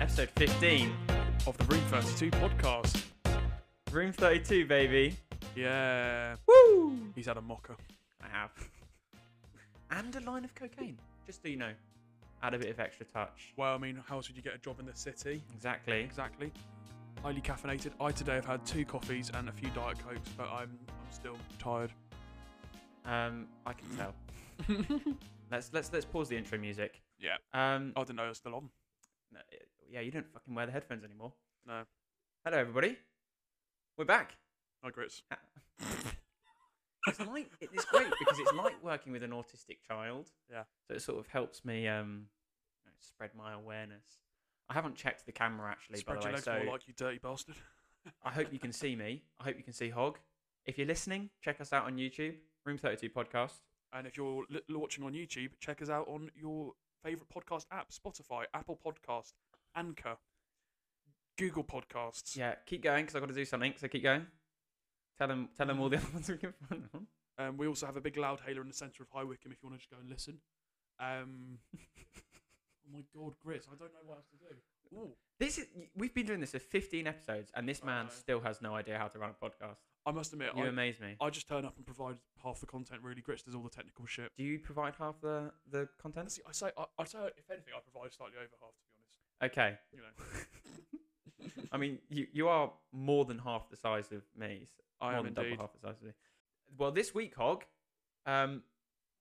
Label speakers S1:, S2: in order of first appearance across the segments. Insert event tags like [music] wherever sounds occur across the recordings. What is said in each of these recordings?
S1: episode 15
S2: of the Room 32 podcast.
S1: room 32 baby
S2: Yeah,
S1: woo
S2: he's had a mocker.
S1: i have [laughs] and a line of cocaine just so you know add a bit of extra touch
S2: Well, I mean, how else would you get a job in the city?
S1: exactly
S2: Exactly. Highly caffeinated. I today have had two coffees and a few Diet Cokes, but I'm, I'm still tired.
S1: [laughs] um i can tell let's let's let's pause the intro music
S2: Yeah.
S1: um
S2: I didn't know it was still on.
S1: no, yeah you don't fucking wear the headphones anymore
S2: No.
S1: hello everybody we're back
S2: No grits.
S1: it's like it- it's great because it's like working with an autistic child.
S2: Yeah.
S1: So it sort of helps me um you know, spread my awareness. I haven't checked the camera actually,
S2: Spread
S1: by
S2: your
S1: the way.
S2: legs
S1: So
S2: more like you dirty bastard.
S1: I hope you can see me. I hope you can see Hog. If you're listening, check us out on YouTube, Room Thirty Two Podcast.
S2: And if you're li- watching on YouTube, check us out on your favourite podcast app Spotify, Apple Podcast, Anchor, Google Podcasts.
S1: Yeah, keep going because I've got to do something. So keep going. Tell them, tell them all the [laughs] other ones we can find them.
S2: Um, we also have a big loud hailer in the centre of High Wycombe if you want to just go and listen.
S1: [laughs]
S2: Um, oh my god, Grits, I don't know what else to do. Ooh,
S1: This is we've been doing this for 15 episodes, and this
S2: I
S1: man
S2: know.
S1: still has no idea how to run a podcast.
S2: I must admit,
S1: You
S2: Uh-huh. I,
S1: amaze me.
S2: I just turn up and provide half the content, really. Grits does all the technical shit.
S1: Do you provide half the the content?
S2: Honestly, I say, I, I say, if anything, I provide slightly over half, to be honest.
S1: Okay.
S2: You know,
S1: [laughs] I mean, you, you are more than half the size of me. s-
S2: I
S1: more
S2: am
S1: than
S2: indeed.
S1: double half the size of me. Well, this week, Hog, um,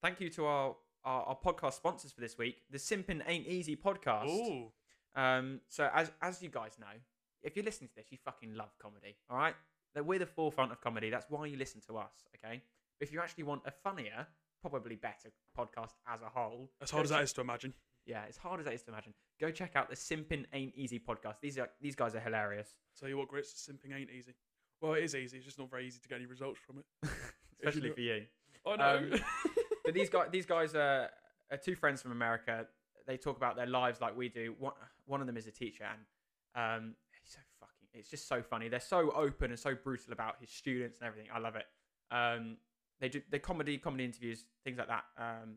S1: thank you to our, our, our podcast sponsors for this week, the Simpin Ain't Easy podcast.
S2: Ooh,
S1: Um, so, as, as you guys know, if you're listening to this, you fucking love comedy, all right? That We're the forefront of comedy. That's why you listen to us, okay? If you actually want a funnier, probably better podcast as a whole,
S2: as
S1: go
S2: hard as
S1: check-
S2: that is to imagine.
S1: yeah, as hard as that is to imagine, go check out the Simpin Ain't Easy podcast. These are these guys are hilarious. [laughs]
S2: Tell you what, Grits, simping ain't easy. Well, it is easy. It's just not very easy to get any results from it.
S1: especially
S2: not-
S1: for you.
S2: I
S1: Um,
S2: [laughs] know.
S1: But these guys, these guys are, are two friends from America. They talk about their lives like we do. One, one of them is a teacher, and um, he's so fucking. It's just so funny. They're so open and so brutal about his students and everything. I love it. Um, they do they comedy, comedy interviews, things like that. Um,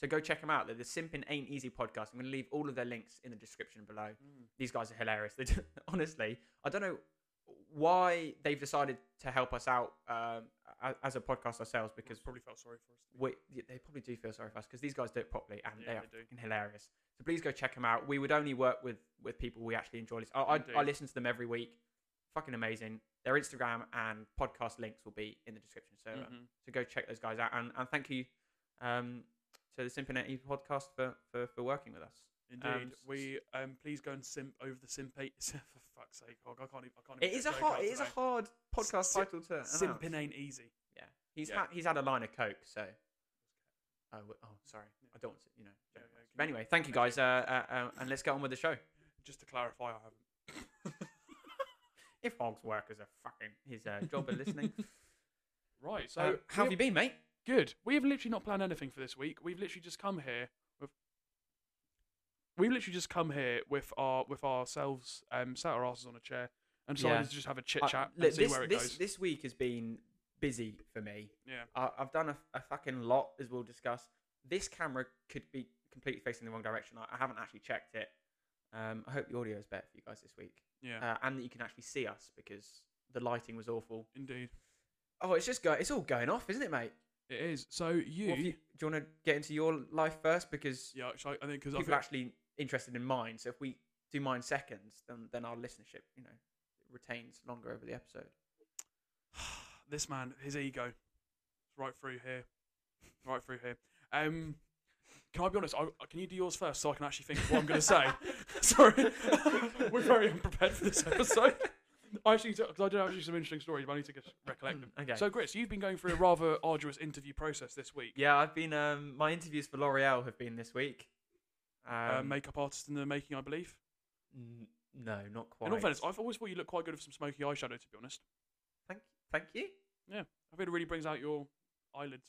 S1: so go check them out. They're the Simpin Ain't Easy podcast. I'm going to leave all of their links in the description below.
S2: Mm.
S1: These guys are hilarious. They do, [laughs] honestly, I don't know why they've decided to help us out um, a- as a podcast ourselves because
S2: probably felt sorry for us. to be
S1: we, y- they probably do feel sorry for us because these guys do it properly and
S2: Yeah,
S1: they are
S2: they do.
S1: fucking hilarious. So please go check them out. We would only work with with people we actually enjoy. This. I, I, I
S2: Indeed.
S1: listen to them every week. Fucking amazing. Their Instagram and podcast links will be in the description. So um,
S2: Mhm.
S1: so go check those guys out. And, and thank you um, to the Simpinet Eve podcast for, for, for working with us.
S2: Indeed,
S1: Um, s-
S2: we um, please go and simp over the simp eight. [laughs] For fuck's sake, Hog, I can't even. I can't
S1: It
S2: even
S1: is a
S2: get joke out
S1: hard it is a
S2: today.
S1: hard podcast
S2: Sim-
S1: title to announce.
S2: Simping ain't easy.
S1: Yeah, he's
S2: Yeah.
S1: Had, he's had a line of coke. So oh, w- oh sorry, I don't want to you know.
S2: Yeah, yeah,
S1: But
S2: okay.
S1: anyway, thank you guys, uh, uh, uh, and let's get on with the show.
S2: Just to clarify, I haven't.
S1: If Hogg's work is a fucking his uh, job of listening.
S2: Right. [laughs] So
S1: So how have
S2: we
S1: you been, mate?
S2: Good. We have literally not planned anything for this week. We've literally just come here with. We've literally just come here with our with ourselves um, sat our asses on a chair and decided
S1: Yeah.
S2: to just have a chit
S1: I-
S2: chat
S1: Uh, look,
S2: and see
S1: this,
S2: where it
S1: this,
S2: goes.
S1: this week has been busy for me.
S2: yeah.
S1: I, I've done a, a fucking lot, as we'll discuss. This camera could be completely facing the wrong direction. I, I haven't actually checked it. Um, I hope the audio is better for you guys this week,
S2: Yeah.
S1: uh, and that you can actually see us because the lighting was awful.
S2: indeed.
S1: Oh, it's just go. It's all going off, isn't it, mate?
S2: It is. So
S1: What
S2: you.
S1: have you- do you want to get into your life first because
S2: yeah. So I think because
S1: people are actually interested in mine. So if we do mine seconds, then then our listenership, you know, retains longer over the episode.
S2: this man, his ego, It's right through here, right through here. Um, can I be honest? I, can you do yours first so I can actually think of what I'm going
S1: [laughs]
S2: to say? [laughs] Sorry, [laughs] we're very unprepared for this episode.
S1: [laughs]
S2: I actually, because I do have actually some interesting stories, but I need to just recollect them.
S1: Okay.
S2: So, Grits, you've been going through a rather arduous interview process this week.
S1: yeah, I've been um my interviews for L'Oreal have been this week.
S2: Uh,
S1: Um,
S2: makeup artist in the making, I believe.
S1: n- no, not quite.
S2: In all fairness, I've always thought you looked quite good with some smoky eyeshadow. To be honest,
S1: thank thank you.
S2: I think it really brings out your eyelids.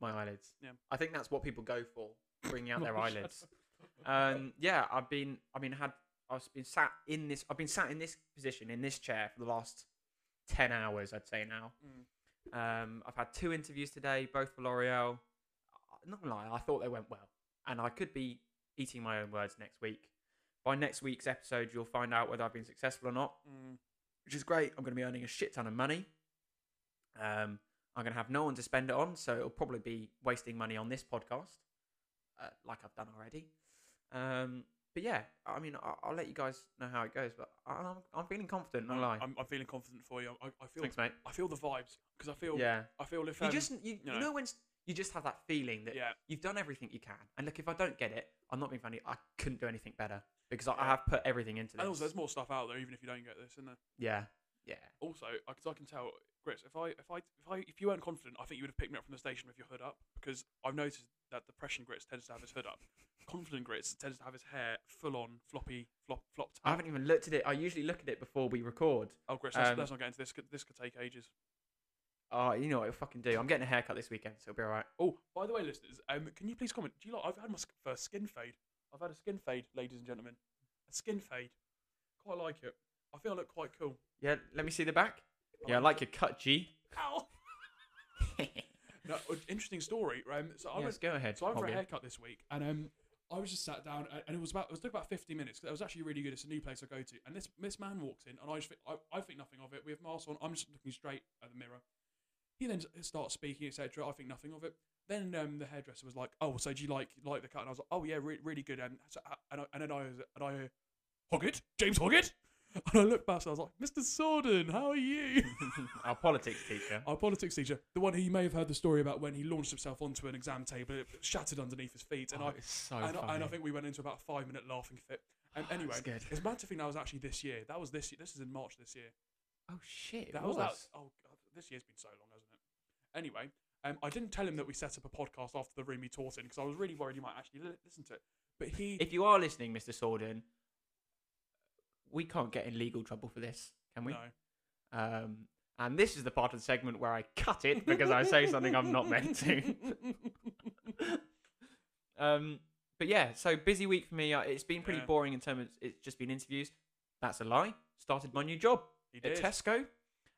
S1: My eyelids.
S2: Yeah. Oh,
S1: I think that's what people go for, bringing
S2: [laughs]
S1: out their
S2: My
S1: eyelids. Um, yeah, I've been, I mean, had, I've been sat in this, I've been sat in this position in this chair for the last ten hours, I'd say now.
S2: Mm.
S1: Um, I've had two interviews today, both for L'Oreal. I- Not gonna lie, I thought they went well, and I could be eating my own words next week, By next week's episode, you'll find out whether I've been successful or not,
S2: Mm,
S1: which is great. I'm going to be earning a shit ton of money. Um, I'm going to have no one to spend it on, so it'll probably be wasting money on this podcast, uh, like I've done already. Um, but yeah, I mean, I'll, I'll let you guys know how it goes. But I- I'm, I'm feeling confident. No lie.
S2: I'm, I'm feeling confident for you. I, I feel
S1: Thanks, mate.
S2: I feel the vibes because I feel
S1: Yeah.
S2: I feel if
S1: You
S2: um,
S1: just you, you
S2: know.
S1: know when s- you just have that feeling that
S2: yeah
S1: you've done everything you can. And look, if I don't get it, I'm not being funny. I couldn't do anything better because I, I
S2: Yeah.
S1: have put everything into this.
S2: and also there's more stuff out there even if you don't get this isn't there
S1: yeah, yeah,
S2: also I, 'cause I can tell Chris if I if I if I if you weren't confident I think you would have picked me up from the station with your hood up because I've noticed that depression grits tends to have his hood up confident grits tends to have his hair full on floppy flop flopped
S1: I haven't even looked at it. I usually look at it before we record.
S2: oh Chris let's,
S1: um,
S2: let's not get into this 'cause this could take ages
S1: Oh, you know what? It'll fucking do. I'm getting a haircut this weekend, so it'll be all right.
S2: oh by the way listeners um can you please comment do you like I've had my sk- first skin fade I've had a skin fade ladies and gentlemen a skin fade quite like it I think I look quite cool
S1: Yeah, let me see the back. Yeah, I like your cut, G.
S2: Ow. no, uh, interesting story. Um, so I
S1: yes,
S2: was
S1: go ahead.
S2: so I went for a
S1: Hogan.
S2: haircut this week, and um, I was just sat down, a- and it was about it was took about fifty minutes. 'cause It was actually really good. It's a new place I go to, and this this man walks in, and I just think, I, I think nothing of it. We have masks on. I'm just looking straight at the mirror. He then s- starts speaking, etc. I think nothing of it. Then um, the hairdresser was like, "Oh, so do you like like the cut?" And I was like, "Oh yeah, re- really good." Um, so, uh, and I, and then I was and I heard, Hoggett, James Hoggett, [laughs] and I looked back, so I was like, "Mr. Sorden, how are you?"
S1: [laughs]
S2: [laughs]
S1: Our politics teacher.
S2: Our politics teacher, the one who you may have heard the story about when he launched himself onto an exam table, it shattered underneath his feet, and
S1: Oh,
S2: I
S1: it's so
S2: and, I- and
S1: funny. Ah,
S2: I think we went into about a five minute laughing fit. Um, anyway,
S1: That's good.
S2: it's mad to think that was actually this year. That was this. year. This is in March this year.
S1: Oh shit! it
S2: That was, that. Oh god, this year's been so long, hasn't it? Anyway, um, I didn't tell him that we set up a podcast after the room he taught in because I was really worried he might actually li- listen to it. But he,
S1: If you are listening, Mr. Sorden, we can't get in legal trouble for this, can we?
S2: no,
S1: Um, and this is the part of the segment where I cut it because I say something I'm not meant
S2: [laughs]
S1: to. um, but yeah, so busy week for me. Uh, It's been pretty
S2: Yeah.
S1: boring in terms of it's just been interviews. That's a lie. Started my new job
S2: he did.
S1: at Tesco.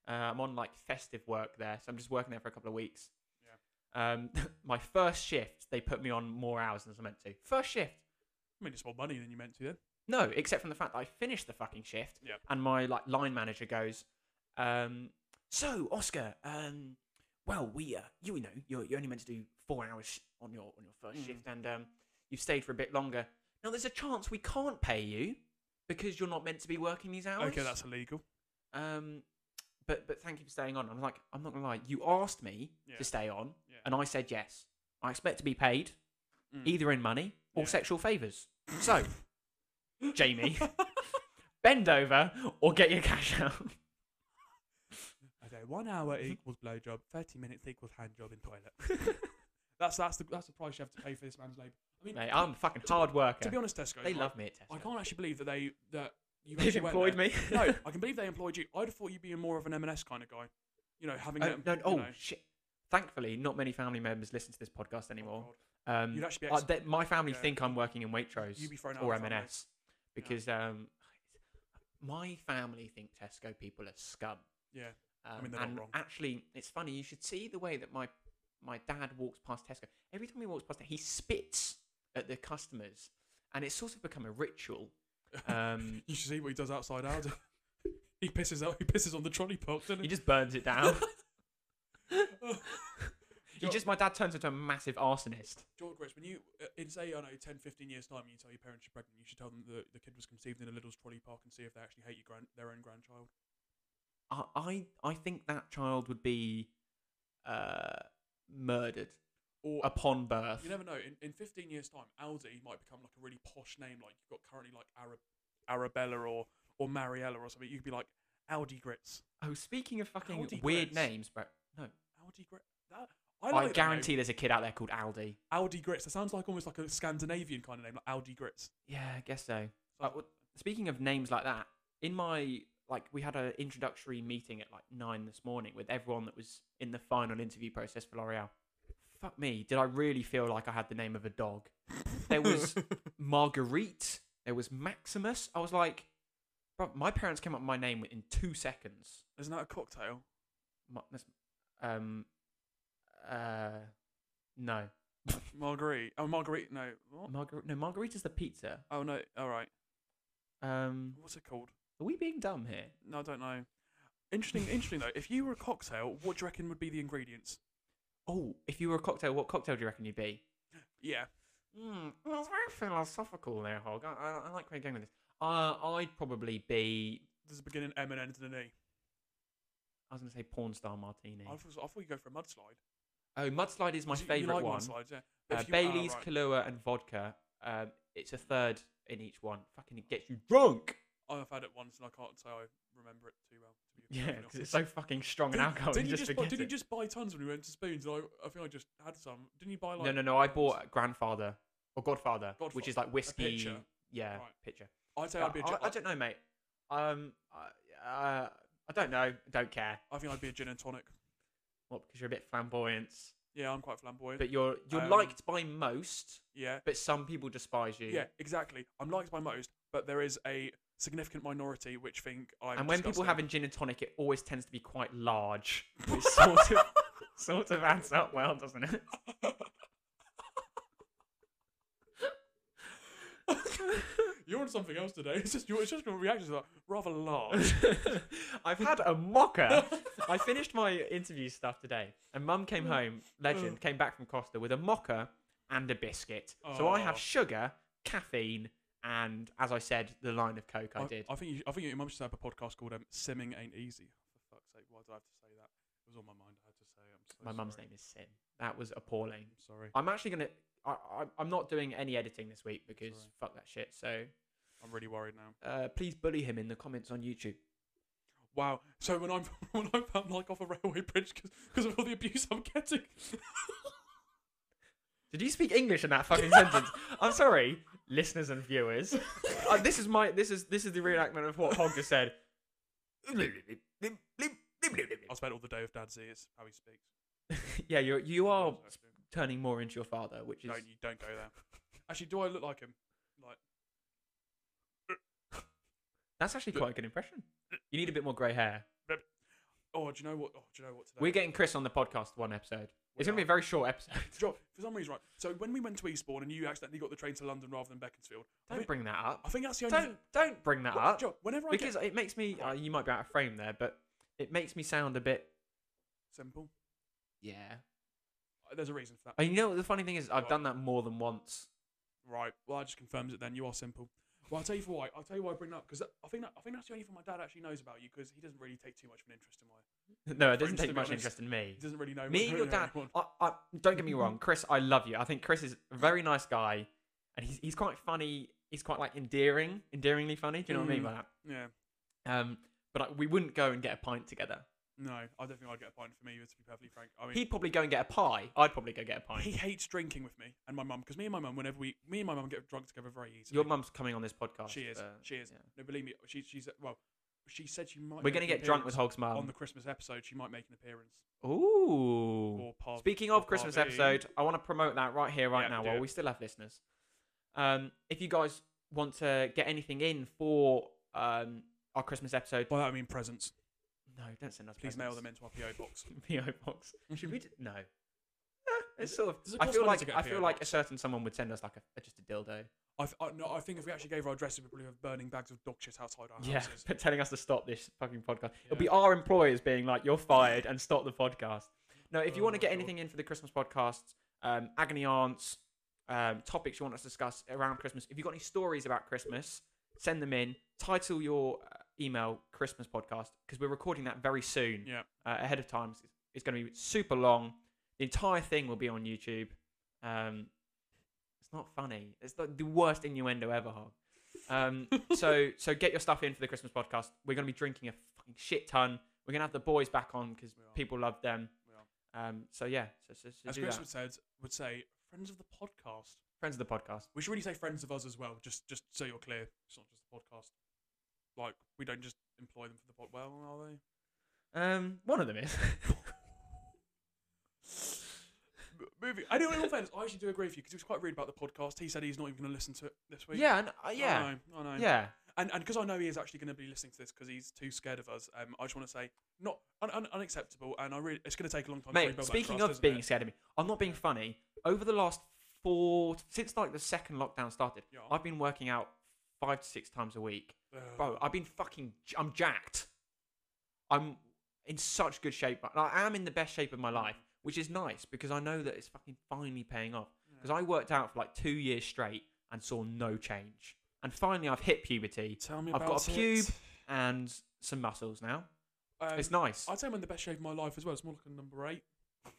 S1: Uh, I'm on like festive work there, so I'm just working there for a couple of weeks. Um, [laughs] my first shift, they put me on more hours than I was meant to. First shift.
S2: I mean, it's more money than you meant to then.
S1: No, except from the fact that I finished the fucking shift,
S2: Yep.
S1: and my like line manager goes, um, "So Oscar, um, well, we, uh, you know, you're, you're only meant to do four hours sh- on your on your first
S2: Mm.
S1: shift, and um, you've stayed for a bit longer. Now there's a chance we can't pay you because you're not meant to be working these hours.
S2: Okay, that's illegal.
S1: um, but but thank you for staying on. I'm like, I'm not gonna lie, you asked me
S2: Yeah.
S1: to stay on,
S2: Yeah.
S1: and I said yes. I expect to be paid
S2: Mm.
S1: either in money or
S2: Yeah.
S1: sexual favors. So, Jamie, [laughs] bend over or get your cash
S2: [laughs]
S1: out.
S2: Okay, one hour equals blowjob, thirty minutes equals handjob in toilet.
S1: [laughs]
S2: [laughs] that's that's the that's the price you have to pay for this man's labour. I mean,
S1: Mate, I'm a fucking hard worker.
S2: to be honest, Tesco,
S1: they
S2: I,
S1: love me at [laughs]
S2: I
S1: Tesco.
S2: can't actually believe that they that you
S1: They've
S2: actually went
S1: employed
S2: there.
S1: me. [laughs]
S2: no, I can believe they employed you. I'd have thought you'd be more of an M&S kind of guy. You know, having
S1: Oh,
S2: them,
S1: no,
S2: you
S1: oh
S2: know.
S1: shit. Thankfully, not many family members listen to this podcast anymore.
S2: Oh, God.
S1: Um,
S2: You'd actually be
S1: I-
S2: ex-
S1: they- my family
S2: yeah.
S1: think I'm working in Waitrose
S2: You'd be thrown out
S1: or
S2: of the family.
S1: M&S because um, my family think Tesco people are scum.
S2: yeah,
S1: Um,
S2: mean, they're not
S1: and
S2: wrong.
S1: actually, it's funny. You should see the way that my my dad walks past Tesco. Every time he walks past, it, he spits at the customers, and it's sort of become a
S2: [laughs]
S1: ritual. Um,
S2: you should see what he does outside ours. [laughs] he pisses out. He pisses on the trolley pop, doesn't
S1: he
S2: he?
S1: just burns it
S2: [laughs]
S1: down.
S2: Oh.
S1: he just my dad turns into a massive arsonist.
S2: George, Grace, when you uh, in say I don't know 10, 15 years time, you tell your parents you're pregnant, you should tell them that the kid was conceived in a Little's trolley park and see if they actually hate your grand, their own grandchild.
S1: I I, I think that child would be uh, murdered
S2: Or
S1: upon birth.
S2: you never know. In, in fifteen years time, Aldi might become like a really posh name, like you've got currently like Arab, Arabella or or Mariella or something. You'd be like Aldi grits.
S1: oh, speaking of fucking
S2: Aldi
S1: weird
S2: Grits.
S1: names, bro. No,
S2: Aldi grits. That
S1: I,
S2: I, like that name.
S1: guarantee there's a kid out there called Aldi.
S2: Aldi grits. That sounds like almost like a Scandinavian kind of name, like Aldi grits.
S1: Yeah, I guess so.
S2: So-
S1: Uh, well, speaking of names like that, in my like we had an introductory meeting at like nine this morning with everyone that was in the final interview process for L'Oreal. Fuck me, did I really feel like I had the name of a dog? There
S2: [laughs]
S1: was Marguerite, there was Maximus. I was like, bro, my parents came up with my name in two seconds.
S2: Isn't that a cocktail?
S1: Ma- that's- Um, uh, no,
S2: Marguerite. Oh, Marguerite. No. What?
S1: Marguerite. No, Margarita's the pizza.
S2: Oh no. All right.
S1: Um,
S2: What's it called?
S1: are we being dumb here?
S2: No, I don't know. Interesting, interesting though. If you were a cocktail, what do you reckon would be the ingredients?
S1: Oh, if you were a cocktail, what cocktail do you reckon you'd be?
S2: Yeah,
S1: Mm, well, it's very philosophical there, Hog. I, I, I like where you're going with this. Uh, I'd probably be.
S2: there's a beginning M and ends in an E.
S1: I was going to say porn star martini.
S2: I thought, I thought you go for a mudslide.
S1: Oh, mudslide is my
S2: 'Cause you- you
S1: favourite
S2: like
S1: one.
S2: mudslides, yeah. But
S1: Uh,
S2: if you- ah,
S1: Bailey's,
S2: right.
S1: Kahlua, and vodka. Um, it's a third in each one. Fucking it gets you drunk.
S2: I've had it once and I can't say I remember it too well. To be
S1: [laughs] Yeah,
S2: perfectly
S1: because it's
S2: honest.
S1: so fucking strong
S2: Didn't-
S1: and alcohol.
S2: Didn't
S1: you just,
S2: buy,
S1: forget
S2: didn't you
S1: it.
S2: just buy tons when we went to Spoons? And I, I think I just had some. Didn't you buy like?
S1: no, no, no. I bought Grandfather or Godfather, which
S2: Godfather.
S1: is like whiskey.
S2: pitcher.
S1: Yeah,
S2: Right.
S1: pitcher.
S2: I'd say
S1: Uh,
S2: I'd be a
S1: I-
S2: gin.
S1: I, don't know, mate. Um, I- uh, I don't know. Don't care.
S2: I think I'd be a gin and tonic.
S1: What? Because you're a bit flamboyant,
S2: Yeah, I'm quite flamboyant.
S1: but you're you're
S2: Um,
S1: liked by most,
S2: yeah,
S1: but some people despise you.
S2: yeah, exactly. I'm liked by most, but there is a significant minority which think I'm.
S1: and when people
S2: disgusting.
S1: have a gin and tonic, it always tends to be quite large. [laughs] Which sort of sort of adds up well, doesn't it?
S2: You're on something else today. [laughs] It's just your, it's just your reactions are rather large.
S1: I've had a mocker. I finished my interview stuff today, and Mum came
S2: Oh.
S1: home, legend, came back from Costa with a mocker and a biscuit. So I have
S2: Aw.
S1: sugar, caffeine, and as I said, the line of Coke [laughs] I, did.
S2: I think you, I think your mum should have a podcast called um, "Simming Ain't Easy." For fuck's sake, why did I have to say that? It was on my mind. I had to say. it. I'm
S1: my
S2: so
S1: mum's
S2: sorry.
S1: name is Sim. That was appalling.
S2: I'm sorry.
S1: I'm actually gonna. I, I, I'm not doing any editing this week because
S2: Sorry.
S1: fuck that shit. So
S2: I'm really worried now.
S1: uh, please bully him in the comments on YouTube.
S2: Wow. So when I'm [laughs] when I'm um, like off a railway bridge because of all the abuse I'm getting. [laughs]
S1: Did you speak English in that fucking
S2: [laughs]
S1: sentence? I'm sorry, listeners and viewers. Uh, this is my this is this is the reenactment of what Hog just said.
S2: I spent all the day with Dad's ears. How he speaks.
S1: [laughs] yeah, you you are
S2: Actually.
S1: turning more into your father, which is
S2: Don't you don't go there. Actually, do I look like him? Like
S1: that's actually quite a good impression. You need a bit more grey hair.
S2: oh, do you know what? Oh, do you know what today?
S1: We're getting Chris on the podcast one episode. It's gonna be a very short episode. [laughs]
S2: Job, for some reason, right? So when we went to Eastbourne and you accidentally got the train to London rather than Beaconsfield, I
S1: Don't
S2: think,
S1: bring that
S2: I
S1: up.
S2: think that's the only.
S1: Don't don't bring that
S2: Well,
S1: up
S2: Job, whenever I
S1: because
S2: get
S1: it makes me. Uh, you might be out of frame there, but it makes me sound a bit.
S2: simple,
S1: Yeah.
S2: Uh, there's a reason for that.
S1: And you know what the funny thing is, I've done that more than once. [laughs]
S2: Right. Well, that just confirms it. Then you are simple. Well, I'll tell you for why. I'll tell you why I bring that up because I think that, I think that's the only thing my dad actually knows about you because he doesn't really take too much of an interest in my.
S1: No, it
S2: For
S1: doesn't
S2: him to
S1: take
S2: be
S1: much
S2: honest,
S1: interest in me.
S2: He doesn't really know
S1: Me and your
S2: know [laughs]
S1: dad.
S2: anyone.
S1: I, I, don't get me wrong, Chris. I love you. I think Chris is a very nice guy, and he's he's quite funny. He's quite like endearing, endearingly funny. Do you know what I mean
S2: Hmm.
S1: by that?
S2: Yeah.
S1: Um, but like, we wouldn't go and get a pint together.
S2: No, I don't think I'd get a pint for me. To be perfectly frank, I mean,
S1: He'd probably go and get a pie. I'd probably go get a
S2: he
S1: pint.
S2: hates drinking with me and my mum because me and my mum, whenever we, me and my mum get drunk together very easily.
S1: Your mum's coming on this podcast.
S2: She is.
S1: uh,
S2: she is.
S1: yeah.
S2: No, believe me. She, she's well. She said she might.
S1: We're
S2: make
S1: gonna
S2: an
S1: get drunk with
S2: appearance
S1: Hog's
S2: on
S1: mum.
S2: the Christmas episode. She might make an appearance.
S1: Ooh.
S2: Or part.
S1: Speaking
S2: or
S1: of Christmas
S2: party.
S1: episode, I want to promote that right here, right
S2: Yeah,
S1: now,
S2: do
S1: while
S2: it.
S1: we still have listeners. Um, if you guys want to get anything in for um our Christmas episode,
S2: By that I mean presents.
S1: no, don't send us.
S2: Please mail
S1: presents.
S2: them into our PO box. [laughs]
S1: PO box. [laughs] Should we? d- No. [laughs] Eh,
S2: Does
S1: It's sort of.
S2: does it
S1: I
S2: cost
S1: feel
S2: money
S1: like
S2: to get a
S1: I feel
S2: PO
S1: like a
S2: box?
S1: certain someone would send us like a, a- just a dildo.
S2: I, I, no, I think if we actually gave our addresses, we'd probably have burning bags of dog shit outside our
S1: Yeah, [laughs]
S2: houses.
S1: but telling us to stop this fucking podcast. It'll
S2: Oh, Yeah.
S1: be our employers being like, "You're fired" and stop the podcast. No, if you
S2: Oh
S1: want
S2: my
S1: to get
S2: God.
S1: anything in for the Christmas podcast, um, agony aunts, um, topics you want us to discuss around Christmas. If you've got any stories about Christmas, send them in. Title your uh, email Christmas podcast because we're recording that very soon.
S2: Yeah.
S1: uh, ahead of time. It's- It's going to be super long. The entire thing will be on YouTube. Um, it's not funny. It's the, the worst innuendo ever, Hog. Um,
S2: [laughs]
S1: so so get your stuff in for the Christmas podcast. We're going to be drinking a fucking shit ton. We're going to have the boys back on because
S2: We are.
S1: people love them.
S2: We
S1: Um, so yeah, so, so, so
S2: As
S1: do
S2: Chris
S1: that.
S2: would said, would say, friends of the podcast.
S1: friends of the podcast.
S2: We should really say friends of us as well, just just so you're clear. It's not just the podcast. Like we don't just employ them for the pod. Well, are they?
S1: Um, one of them
S2: [laughs]
S1: is.
S2: M- Moving. I don't know. Offense. I actually do agree with you because he was quite rude about the podcast. He said he's not even going to listen to it this week.
S1: yeah, and, uh, yeah,
S2: I know. I know.
S1: yeah.
S2: And and because I know he is actually going to be listening to this because he's too scared of us. Um, I just want to say not un- un- unacceptable. And I really, it's going to take a long time. to
S1: Mate,
S2: rebuild that
S1: speaking
S2: trust,
S1: of
S2: isn't
S1: being
S2: it?
S1: scared of me, I'm not being funny. Over the last four, since like the second lockdown started,
S2: Yeah.
S1: I've been working out five to six times a week.
S2: Ugh.
S1: Bro, I've been fucking. j- I'm jacked. I'm in such good shape. but I am in the best shape of my life, which is nice because I know that it's fucking finally paying off. Because I worked out for like two years straight and saw no change. And finally, I've hit puberty
S2: Tell me
S1: I've
S2: about
S1: got a
S2: it.
S1: pube. and some muscles now.
S2: Um,
S1: it's nice.
S2: I'd say I'm in the best shape of my life as well. It's more like a number eight.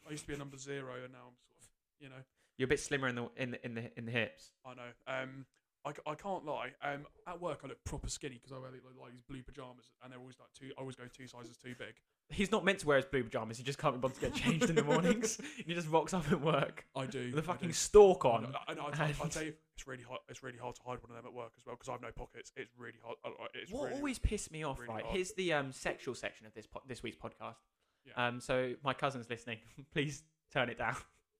S2: I used to be a number zero, and now I'm sort of, you know,
S1: You're a bit slimmer in the in the in the, in the hips.
S2: I know. Um, I, c- I can't lie. Um, at work I look proper skinny because I wear like, like these blue pajamas, and they're always like two. I always go two sizes too big.
S1: He's not meant to wear his blue pajamas. He just can't be bothered to get changed in the
S2: [laughs]
S1: mornings. He just rocks up at work
S2: I do.
S1: with a
S2: I do.
S1: fucking stalk
S2: I
S1: on.
S2: know- I know, I, I
S1: and-
S2: tell you, it's really hard. It's really hard to hide one of them at work as well because I have no pockets. It's really hard. I- I- It's
S1: what
S2: really,
S1: always pissed me off,
S2: really
S1: right?
S2: hard.
S1: Here's the um, sexual section of this po- this week's podcast.
S2: Yeah.
S1: Um, so my cousin's listening. [laughs] Please turn it down. [laughs]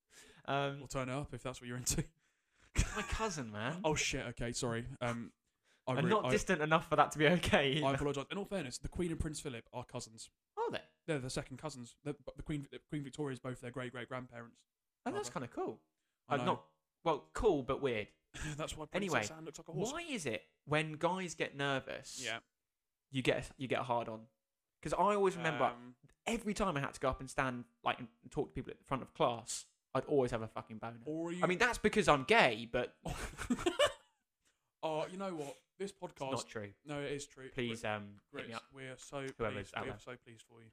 S1: Um,
S2: will turn up if that's what you're into.
S1: my cousin,
S2: [laughs]
S1: man.
S2: Oh shit. Okay, sorry. Um, I,
S1: I'm
S2: re-
S1: not
S2: I,
S1: distant enough for that to be okay. Oh, [laughs]
S2: I
S1: either.
S2: apologise. In all fairness, the Queen and Prince Philip are cousins.
S1: Are they?
S2: They're the second cousins. The, the Queen, the Queen Victoria is both their great great grandparents. [laughs]
S1: Oh, that's
S2: Rather.
S1: kind of cool.
S2: I
S1: Uh,
S2: know.
S1: not well, cool but weird.
S2: that's why Princess
S1: Anyway,
S2: Anne looks like a horse.
S1: Why is it when guys get nervous?
S2: Yeah.
S1: you get a- you get a hard on. Because I always remember
S2: Um,
S1: every time I had to go up and stand like and talk to people at the front of class, I'd always have a fucking boner.
S2: or you,
S1: I mean that's because I'm gay,
S2: [laughs]
S1: but
S2: oh, you know what? This
S1: it's
S2: podcast.
S1: not true.
S2: no, it is true.
S1: Please um
S2: We're,
S1: hit me up.
S2: we're so
S1: Whoever's
S2: pleased. We
S1: out
S2: are so pleased for you.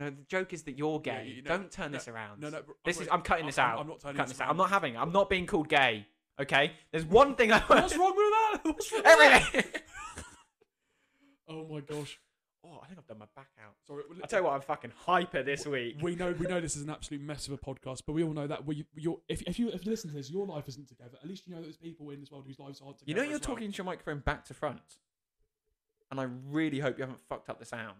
S1: No, the joke is that you're
S2: Yeah,
S1: gay.
S2: you know-
S1: Don't turn
S2: no,
S1: this around.
S2: No, no. but-
S1: This
S2: wait,
S1: is I'm cutting this
S2: I'm-
S1: out.
S2: I'm not turning
S1: cutting
S2: this
S1: this out.
S2: around.
S1: I'm not having it. I'm not being called gay. Okay? There's one thing I [laughs]
S2: What's wrong with that? [laughs] What's wrong with that? [laughs]
S1: everything.
S2: Oh my gosh.
S1: oh, I think I've done my back out.
S2: Sorry.
S1: I tell you what, I'm fucking hyper this week.
S2: We know we know this is an absolute mess of a podcast, but we all know that we you're if, if you if you listen to this, your life isn't together. At least you know that there's people in this world whose lives aren't
S1: You
S2: together.
S1: know you're
S2: as well.
S1: talking to your microphone back to front, and I really hope you haven't fucked up the sound.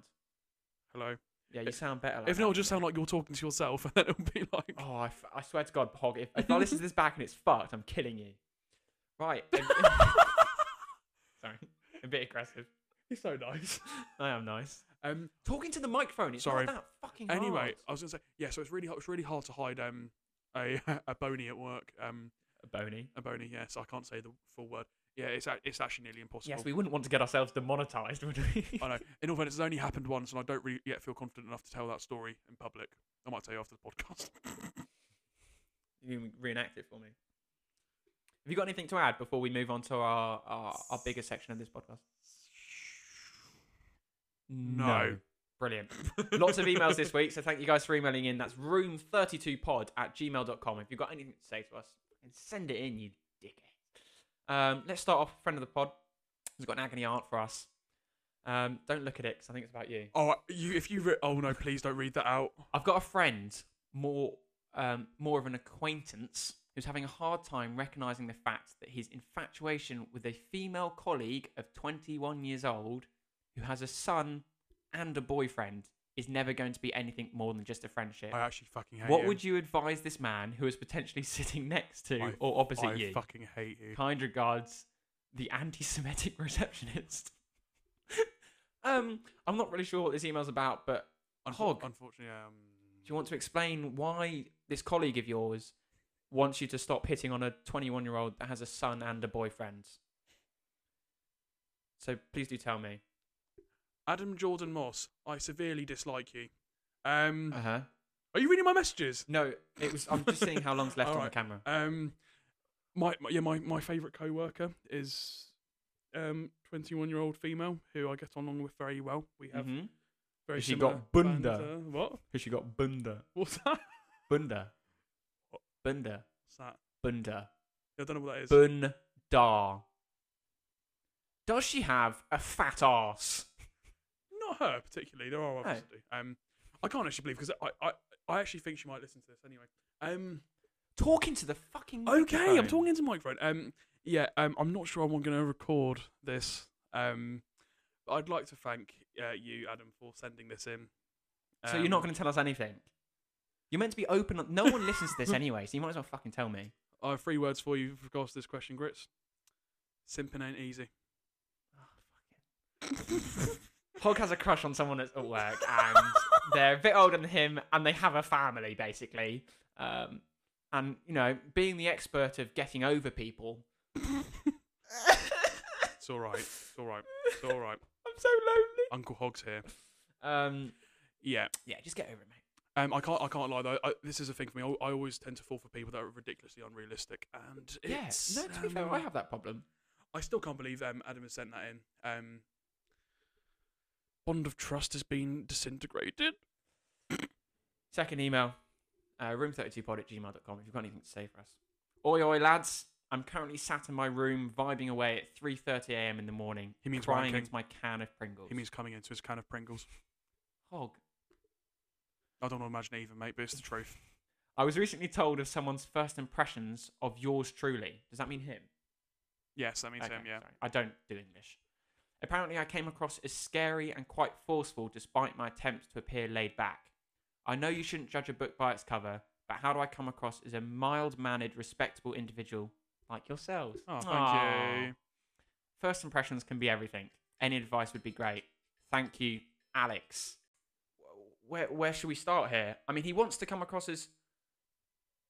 S2: Hello.
S1: Yeah, you sound better. Like
S2: If not,
S1: that.
S2: it'll just sound like you're talking to yourself, [laughs] and then it'll be like.
S1: oh, I, f- I swear to God, Hog, if, if I listen
S2: [laughs]
S1: to this back and it's fucked, I'm killing you. Right. em- sorry, a bit aggressive.
S2: You're so nice.
S1: I am nice.
S2: Um.
S1: Talking to the microphone, it's
S2: Sorry.
S1: not that fucking hard.
S2: Anyway, I was gonna say yeah. So it's really hard- it's really hard to hide um a [laughs] a bony at work um
S1: Bony.
S2: a bony. Yes, I can't say the full word. Yeah, it's a- it's Oh, actually nearly impossible.
S1: Yes, we wouldn't want to get ourselves demonetized, would
S2: [laughs]
S1: we?
S2: I know. In all fairness, it's only happened once, and I don't really yet feel confident enough to tell that story in public. I might tell you after the podcast.
S1: You can reenact it for me. Have you got anything to add before we move on to our our, our bigger section of this podcast?
S2: No.
S1: Brilliant. Lots of emails this week, so thank you guys for emailing in. That's room32pod at gmail.com. If you've got anything to say to us, and send it in, you dickhead. Um, let's start off. Friend of the pod has got an agony aunt for us. Um, don't look at it because I think it's about you.
S2: Oh, you if you re- oh no, please don't read that out.
S1: I've got a friend, more um, more of an acquaintance, who's having a hard time recognizing the fact that his infatuation with a female colleague of 21 years old, who has a son and a boyfriend, is never going to be anything more than just a friendship.
S2: I actually fucking hate
S1: what
S2: you.
S1: would you advise this man who is potentially [laughs] sitting next to
S2: I-
S1: or opposite
S2: I
S1: you?
S2: fucking hate you.
S1: Kind regards, the anti-Semitic [laughs] receptionist. um, I'm not really sure what this email's about, but
S2: Unfo-
S1: Hog.
S2: Unfortunately, um,
S1: do you want to explain why this colleague of yours wants you to stop hitting on a 21 year old that has a son and a boyfriend? So please do tell [laughs] me.
S2: Adam Jordan Moss, I severely dislike you. Um,
S1: Uh huh.
S2: are you reading my messages?
S1: No, it was. I'm just seeing how long's left on
S2: Alright.
S1: the camera.
S2: Um, my, my yeah, my my favourite co-worker is um twenty-one-year-old female who I get on with very well. We have
S1: Mhm.
S2: very
S1: Has she
S2: similar
S1: got bunda?
S2: banter. What?
S1: Has she got bunda?
S2: What's that? What's
S1: Bunda. Bunda.
S2: that?
S1: Bunda.
S2: I don't know what that is.
S1: Bunda. Does she have a fat ass?
S2: Not her particularly. There are others
S1: No.
S2: that do. Um, I can't actually believe because I, I I actually think she might listen to this anyway. Um,
S1: Talking to the fucking.
S2: okay, I'm
S1: microphone.
S2: talking into the microphone. Um, yeah. Um, I'm not sure I'm going to record this. Um, but I'd like to thank uh, you, Adam, for sending this in.
S1: So you're not
S2: Um,
S1: going to tell us anything. You're meant to be open. No one listens to [laughs] this anyway, so you might as well fucking tell me.
S2: I have three words for you with regards to this question, Grits. Simping ain't easy.
S1: Ah,
S2: [laughs]
S1: Hog has a crush on someone that's at work, [laughs] and they're a bit older than him, and they have a family basically. Um, and [laughs] you know, being the expert of getting over people,
S2: all right. It's all right. It's all right.
S1: I'm so lonely.
S2: Uncle Hog's here.
S1: Um,
S2: Yeah.
S1: yeah, just get over it, mate.
S2: Um, I can't. I can't lie though. I, this is a thing for me. I, I always tend to fall for people that are ridiculously unrealistic, and it's,
S1: yeah, no, to be fair,
S2: um,
S1: I have that problem.
S2: I still can't believe um, Adam has sent that in. Um, bond of trust has been disintegrated.
S1: Second email, uh, room32pod at gmail.com if you've got anything to say for us. Oi, oi, lads. I'm currently sat in my room vibing away at 3.30am in the morning,
S2: He means
S1: crying
S2: wanking.
S1: into my can of Pringles.
S2: He means coming into his can of Pringles.
S1: Hog.
S2: I don't want to imagine it even, mate, but it's the truth.
S1: I was recently told of someone's first impressions of yours truly. Does that mean him?
S2: Yes, that means
S1: Okay,
S2: him. Yeah.
S1: sorry. I don't do English. Apparently, I came across as scary and quite forceful despite my attempts to appear laid back. I know you shouldn't judge a book by its cover, but how do I come across as a mild mannered, respectable individual like yourselves?
S2: Oh, thank
S1: Aw.
S2: you.
S1: First impressions can be everything. Any advice would be great. Thank you, Alex. Where, where should we start here? I mean, he wants to come across as,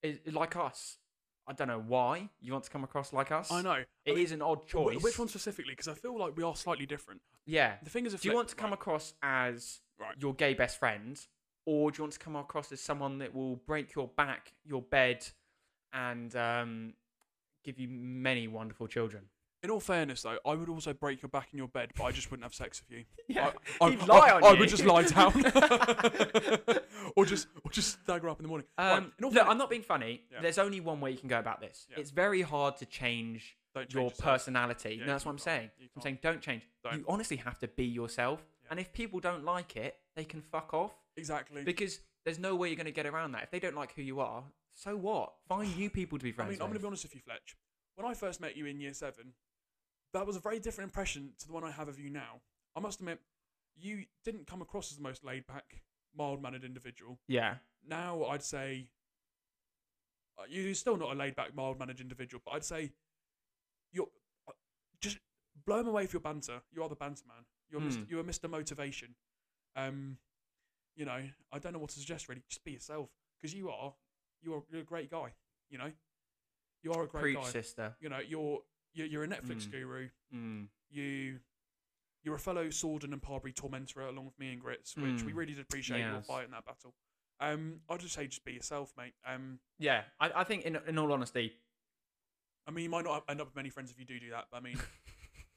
S1: as like us. I don't know why you want to come across like us.
S2: I know. I
S1: It
S2: mean,
S1: is an odd
S2: wh-
S1: choice.
S2: Which one specifically? Because I feel like we are slightly different.
S1: Yeah.
S2: The thing is,
S1: Do you want to come across as
S2: Right.
S1: your gay best friend, or do you want to come across as someone that will break your back, your bed, and um, give you many wonderful children?
S2: In all fairness, though, I would also break your back in your bed, but I just wouldn't have sex
S1: [laughs]
S2: with you. I,
S1: He'd
S2: I-
S1: lie
S2: I-
S1: on
S2: I
S1: you.
S2: would
S1: [laughs]
S2: just lie down, [laughs] or just or just stagger up in the morning. Right,
S1: Um,
S2: in all
S1: look,
S2: fairness-
S1: I'm not being funny.
S2: Yeah.
S1: There's only one way you can go about this.
S2: Yeah.
S1: It's very hard to change
S2: Don't change
S1: your
S2: yourself.
S1: personality.
S2: Yeah,
S1: no, that's
S2: you
S1: what I'm
S2: can't.
S1: saying.
S2: You
S1: I'm
S2: can't.
S1: saying don't change. You
S2: Don't.
S1: honestly have to be yourself.
S2: Yeah.
S1: And if people don't like it, they can fuck off. [laughs]
S2: exactly.
S1: Because there's no way you're going to get around that. If they don't like who you are, so what? Find new people to be
S2: I
S1: friends
S2: mean, I'm going to
S1: with.
S2: be honest with you, Fletch. When I first met you in year seven, that was a very different impression to the one I have of you now. I must admit, you didn't come across as the most laid back, mild mannered individual.
S1: yeah.
S2: Now I'd say uh, you- you're still not a laid back, mild mannered individual, but I'd say you're uh, just blow him away with your banter. You are the banter man. You're
S1: Hmm.
S2: Mr. you're Mr. Motivation. Um, you know, I don't know what to suggest really. Just be yourself because you are you are you're a great guy. You know, you are a great
S1: Preach,
S2: guy.
S1: sister.
S2: You know, you're you're, you're a Netflix
S1: Mm.
S2: guru.
S1: Mm.
S2: You. You're a fellow Sorden and Parbury tormentor along with me and Grits, which we
S1: Mm.
S2: really did appreciate your
S1: Yes.
S2: fight in that battle. Um, I'd just say just be yourself, mate. Um,
S1: Yeah, I, I think in, in all honesty,
S2: I mean, you might not end up with many friends if you do do that, but I
S1: [laughs]
S2: mean,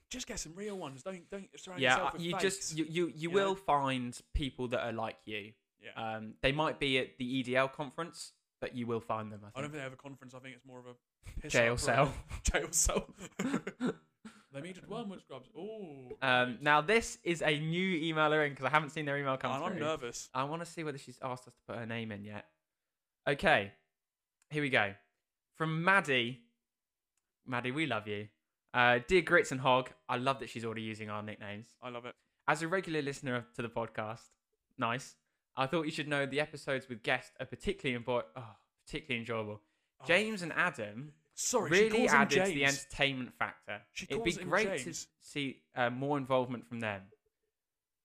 S2: just get some real ones. Don't don't surround
S1: yeah,
S2: yourself
S1: I-
S2: with
S1: you
S2: fakes.
S1: just you you, you,
S2: you know?
S1: will find people that are like you.
S2: yeah.
S1: Um, they might be at the EDL conference, but you will find them. I
S2: I don't
S1: think
S2: think they have a conference. I think it's more of a piss
S1: jail
S2: up or
S1: cell.
S2: a- [laughs] jail cell.
S1: [laughs]
S2: they needed wormwood scrubs. Oh,
S1: um, now this is a new emailer in because I haven't seen their email come
S2: and I'm
S1: through.
S2: nervous.
S1: I want to see whether she's asked us to put her name in yet. Okay, here we go. From Maddie. Maddie, we love you. Uh, Dear Grits and Hog, I love that she's already using our nicknames.
S2: I love it.
S1: As a regular listener of- to the podcast, nice. I thought you should know the episodes with guests are particularly imbo- oh, particularly enjoyable.
S2: Oh.
S1: James and Adam
S2: Sorry, she
S1: really
S2: calls
S1: added
S2: him
S1: to the
S2: James.
S1: entertainment factor.
S2: She
S1: It'd be
S2: calls him
S1: great
S2: James.
S1: to see uh, more involvement from them.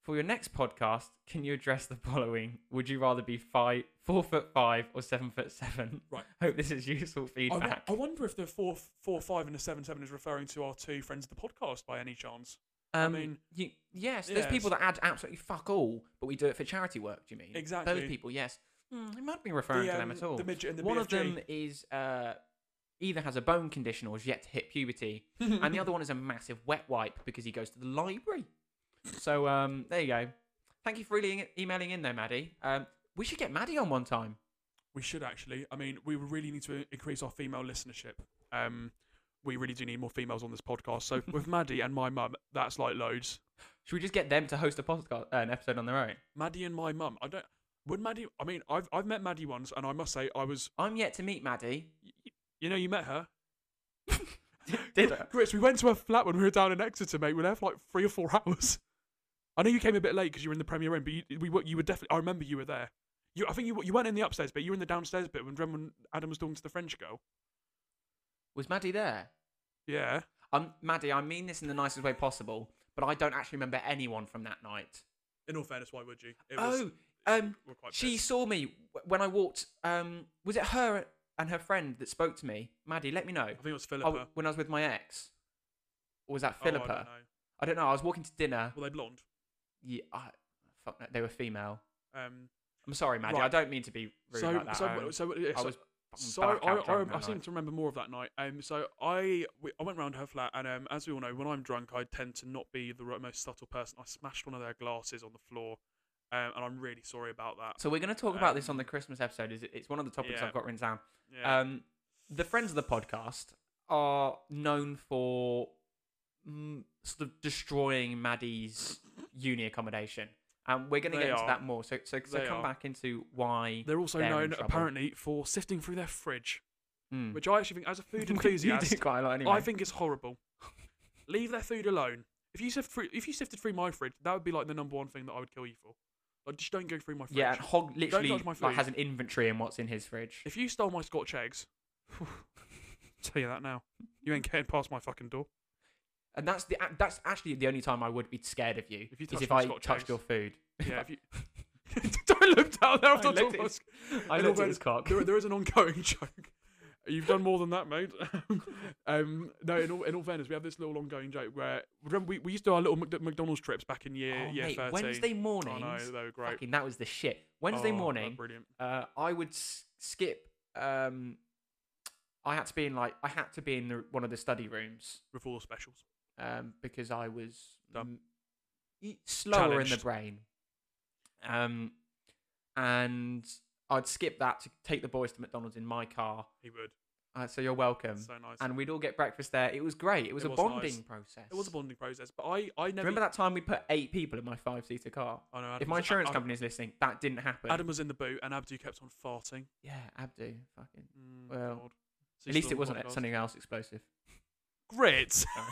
S1: For your next podcast, can you address the following? Would you rather be five, four foot five or seven foot seven?
S2: Right.
S1: [laughs] Hope this is useful
S2: I, wo-
S1: feedback.
S2: I wonder if the four, four, five, and the seven, seven is referring to our two friends of the podcast by any chance.
S1: um,
S2: mean-
S1: you, yes, there's people
S2: Yes.
S1: that add absolutely fuck all, but we do it for charity work. Do you mean
S2: Exactly.
S1: Those people, yes. Hmm, I might be referring
S2: the,
S1: to them
S2: um,
S1: at all.
S2: The midget and the
S1: One
S2: BFG.
S1: of them is uh, either has a bone condition or is yet to hit puberty,
S2: [laughs]
S1: and the other one is a massive wet wipe because he goes to the library. So um, there you go. Thank you for really e-, emailing in, though, Maddie. Um, we should get Maddie on one time.
S2: We should actually. I mean, we really need to increase our female listenership. Um, we really do need more females on this podcast. So
S1: [laughs]
S2: with Maddie and my mum, that's like loads.
S1: Should we just get them to host a podcast, uh, an episode on their own?
S2: Maddie and my mum. I don't. Would Maddie? I mean, I've I've met Maddie once, and I must say, I was.
S1: I'm yet to meet
S2: [laughs]
S1: Maddie.
S2: You know, you met her.
S1: Did I?
S2: Chris, we went to her flat when we were down in Exeter, mate. We were there for like three or four [laughs] hours. I know you came a bit late because you were in the Premier Inn, but you, we were, you were definitely. I remember you were there. You, I think you, were- you weren't in the upstairs, but you were in the downstairs bit when when Adam was talking to the French girl.
S1: Was Maddie there?
S2: Yeah.
S1: Um, Maddie, I mean this in the nicest way possible, but I don't actually remember anyone from that night.
S2: In all fairness, why would you? It
S1: Oh, um,
S2: we're quite
S1: she
S2: pissed.
S1: saw me w- when I walked. Um, was it her and her friend that spoke to me? Maddie, let me know.
S2: Oh, I think it was
S1: I
S2: Philippa.
S1: w- when I was with my ex. or was that
S2: Oh, I don't
S1: Philippa? I, don't
S2: know.
S1: know. I was walking to dinner.
S2: Were they blonde?
S1: Yeah, I, fuck, no, they were female.
S2: Um,
S1: I'm sorry, Maddie.
S2: Right.
S1: I don't mean to be rude
S2: so,
S1: like that.
S2: so,
S1: um,
S2: so, yeah,
S1: I
S2: so-
S1: was.
S2: So I,
S1: blackout
S2: I,
S1: drunk
S2: I
S1: that
S2: seem
S1: night.
S2: to remember more of that night. Um, so I we, I went round her flat, and um, as we all know, when I'm drunk, I tend to not be the ro- most subtle person. I smashed one of their glasses on the floor, um, and I'm really sorry about that.
S1: So we're going to talk about this on the Christmas episode. Is it's one of the topics
S2: Um, yeah.
S1: I've got written down.
S2: Yeah,
S1: Um, the friends of the podcast are known for mm, sort of destroying Maddie's uni accommodation, and we're going to
S2: They
S1: get into
S2: are.
S1: that more. So, so, so
S2: They
S1: come
S2: are.
S1: back into why.
S2: they're also
S1: they're in
S2: known
S1: trouble.
S2: apparently for sifting through their fridge,
S1: Mm.
S2: which I actually think, as a
S1: [laughs] You
S2: food
S1: do
S2: enthusiast,
S1: quite a lot anyway.
S2: I think it's horrible. Leave their food alone. If you sift through, if you sifted through my fridge, that would be like the number one thing that I would kill you for. Like, just don't go through my fridge.
S1: yeah, and Hog literally
S2: touch my
S1: like,
S2: food.
S1: has an inventory in what's in his fridge.
S2: If you stole my Scotch eggs, [sighs] tell you that now. You ain't getting past my
S1: [laughs]
S2: fucking door.
S1: And that's the a- that's actually the only time I would be scared of you.
S2: If you
S1: is
S2: touch
S1: if
S2: my
S1: I
S2: Scotch
S1: touched
S2: eggs.
S1: your
S2: [laughs]
S1: food.
S2: Yeah, if you don't look down there. I'm
S1: I
S2: not
S1: looked
S2: talking
S1: at
S2: about
S1: his, I [laughs]
S2: in
S1: looked
S2: all
S1: at his cock.
S2: there, there is an ongoing [laughs] joke. You've done more than that, mate. [laughs] um, no, in all in all fairness, we have this little ongoing joke where remember we, we used to do our little Mc- McDonald's trips back in year
S1: Oh,
S2: year
S1: mate,
S2: thirteen.
S1: Wednesday
S2: oh
S1: mornings.
S2: no, they were great.
S1: Fucking, that was the shit.
S2: Oh,
S1: Wednesday
S2: they're
S1: morning,
S2: brilliant.
S1: uh, I would s- skip. Um, I had to be in like I had to be in the, one of the study rooms
S2: With all the specials.
S1: um, because I was
S2: Dumb.
S1: m- slower in
S2: Challenged.
S1: the brain. Um, and I'd skip that to take the boys to McDonald's in my car.
S2: He would.
S1: Uh, so you're welcome.
S2: so nice.
S1: and we'd all get breakfast there. It was great. It was
S2: It
S1: a
S2: was nice.
S1: bonding process.
S2: it was a bonding process, but I I never.
S1: Remember that time we put eight people in my five seater car?
S2: I know. Adam
S1: if my
S2: was-
S1: insurance
S2: Adam-
S1: company is listening, that didn't happen.
S2: Adam was in the boot, and Abdu kept on farting.
S1: yeah, Abdu. Fucking.
S2: Mm,
S1: Well,
S2: God.
S1: At
S2: She's
S1: least it
S2: still on the
S1: wasn't
S2: podcast.
S1: something else explosive. [laughs]
S2: Great.
S1: Sorry.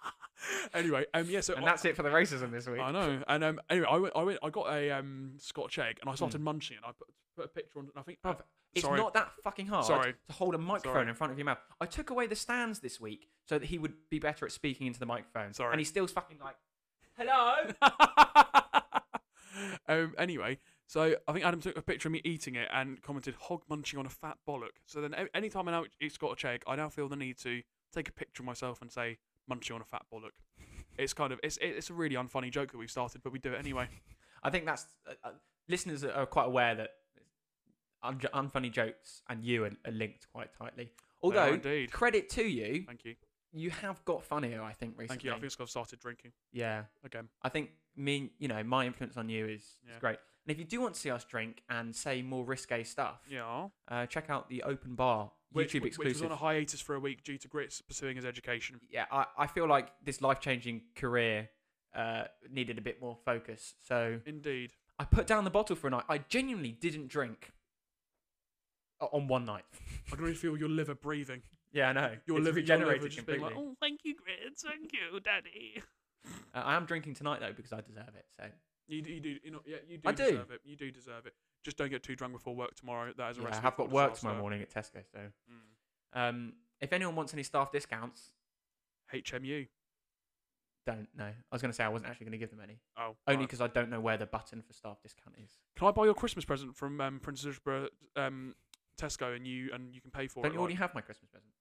S2: [laughs] anyway, um, yeah. So
S1: And
S2: I-
S1: that's it for the racism this week.
S2: I know. And um, anyway, I went, I went, I got a um Scotch egg, and I
S1: Hmm.
S2: started munching it. And I put, put a picture on, it, and I think uh,
S1: Bruv, It's
S2: sorry.
S1: not that fucking hard
S2: Sorry.
S1: to hold a microphone
S2: Sorry.
S1: in front of your mouth. I took away the stands this week so that he would be better at speaking into the microphone.
S2: Sorry.
S1: And he still's fucking like, hello? [laughs] Oh.
S2: [laughs] um, anyway, so I think Adam took a picture of me eating it and commented, "Hog munching on a fat bollock." So then, a- anytime I now eat Scotch egg, I now feel the need to take a picture of myself and say, "Munching on a fat bollock." It's kind of it's it's a really unfunny joke that we've started, but we do it anyway.
S1: I think that's. Uh, uh, listeners are quite aware that un- unfunny jokes and you are, are linked quite tightly.
S2: They are
S1: Although,
S2: indeed.
S1: credit to you,
S2: Thank you,
S1: you have got funnier, I think, recently.
S2: thank you. I think it's 'cause I've started drinking
S1: yeah.
S2: again.
S1: I think me, you know, my influence on you is,
S2: Yeah.
S1: is great. And if you do want to see us drink and say more risque stuff,
S2: Yeah.
S1: uh, check out the Open Bar
S2: Which-
S1: YouTube
S2: which, Which was
S1: exclusive.
S2: on a hiatus for a week due to Grits pursuing his education.
S1: yeah, I, I feel like this life changing career uh, needed a bit more focus. So
S2: Indeed.
S1: I put down the bottle for a night. I genuinely didn't drink o- on one
S2: [laughs]
S1: night.
S2: I can already feel your liver breathing.
S1: Yeah, I know.
S2: Your
S1: it's
S2: liver
S1: regenerated
S2: your liver just
S1: completely.
S2: Being like, oh, thank you, Grits. Thank you, Daddy.
S1: uh, I am drinking tonight though because I deserve it. So
S2: You, do- you do. You know, yeah, you do
S1: I do.
S2: deserve it. You do deserve it. Just don't get too drunk before work tomorrow. That is a
S1: yeah, I
S2: recipe
S1: have
S2: for
S1: got work
S2: disaster.
S1: tomorrow morning at Tesco. So
S2: Mm.
S1: um, if anyone wants any staff discounts,
S2: HMU.
S1: Don't know. I was going to say I wasn't actually going to give them any,
S2: Oh,
S1: only
S2: right.
S1: because I don't know where the button for staff discount is.
S2: can I buy your Christmas present from um, Princess Elizabeth um, Tesco and you and you can pay for
S1: don't
S2: it?
S1: you already
S2: like-
S1: have my Christmas present?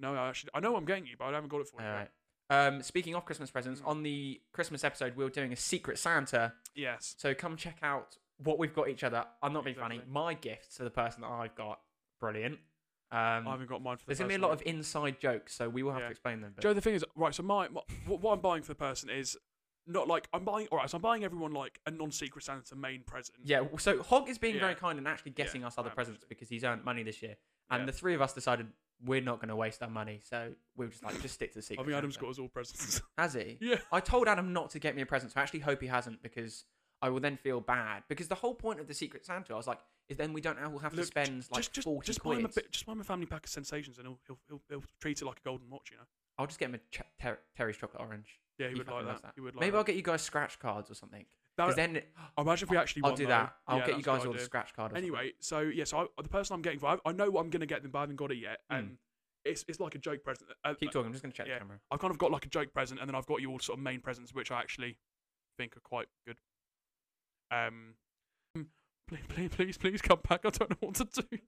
S2: No, I actually I know I'm getting you, but I haven't got it for
S1: All
S2: you.
S1: right. Um, speaking of Christmas presents,
S2: Mm.
S1: on the Christmas episode we were doing a secret Santa,
S2: Yes.
S1: so come check out what we've got each other. I'm not being funny.
S2: Exactly.
S1: My gifts to the person that I've got, brilliant.
S2: I
S1: Um,
S2: haven't got mine for the
S1: there's gonna be a
S2: first
S1: lot
S2: one.
S1: of inside jokes, so we will have
S2: Yeah.
S1: to explain them. But
S2: Joe, the thing is, right. So my, my what, what I'm buying for the person is not like I'm buying. All right, so I'm buying everyone like a non-secret Santa main present.
S1: yeah, so Hog is being very
S2: Yeah.
S1: kind and actually getting us other
S2: I am
S1: presents
S2: actually.
S1: because he's earned money this year. And
S2: Yeah.
S1: the three of us decided we're not going to waste our money, so we were just like, just stick to the
S2: I
S1: secret.
S2: think Adam's
S1: Santa.
S2: got us
S1: [laughs]
S2: all presents.
S1: Has he?
S2: yeah,
S1: I told Adam not to get me a present, so I actually hope he hasn't because I will then feel bad. Because the whole point of the Secret Santa, I was like, is then we don't all have to
S2: Look,
S1: spend like
S2: just just
S1: forty
S2: just buy
S1: quid.
S2: him a bit. Just buy him a family pack of sensations, and he'll he'll he'll, he'll treat it like a golden watch. You know.
S1: I'll just get him a ch- ter- Terry's chocolate orange.
S2: Yeah, he,
S1: He
S2: would
S1: fucking
S2: like
S1: loves
S2: that.
S1: that.
S2: He would like
S1: Maybe
S2: that.
S1: I'll get you guys scratch cards or something.
S2: That
S1: Because
S2: would-
S1: then
S2: I imagine if we actually.
S1: I'll
S2: won,
S1: do
S2: though.
S1: that. I'll
S2: Yeah,
S1: get you
S2: that's a good
S1: guys all the
S2: idea.
S1: scratch card. Or something.
S2: Anyway, so yeah, so I, the person I'm getting for, I, I know what I'm gonna get them, but I haven't got it yet.
S1: Mm.
S2: And it's it's like a joke present. Uh,
S1: keep talking. I'm just gonna check
S2: yeah.
S1: the camera.
S2: I've kind of got like a joke present, and then I've got you all sort of main presents, which I actually think are quite good. [laughs] Um, please, please, please, please come back. I don't know what to do.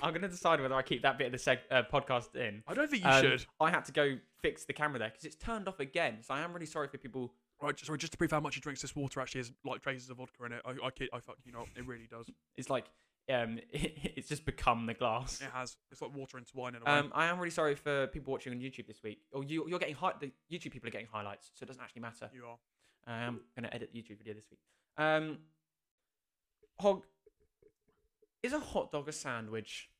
S1: I'm gonna decide whether I keep that bit of the seg- uh, podcast in.
S2: I don't think you
S1: Um,
S2: should.
S1: I had to go fix the camera there because it's turned off again. So I am really sorry for people.
S2: Right, just, sorry, just to prove how much he drinks, this water actually has like traces of vodka in it. I, I kid, I fuck you not. It really does.
S1: It's like um, [laughs] it's just become the glass.
S2: It has. It's like water into wine in a way.
S1: [laughs] Um, I am really sorry for people watching on YouTube this week. Or you, you're getting hi- the YouTube people are getting highlights, so it doesn't actually matter.
S2: you are.
S1: I am going to edit the YouTube video this week. Um, hog is a hot dog a sandwich?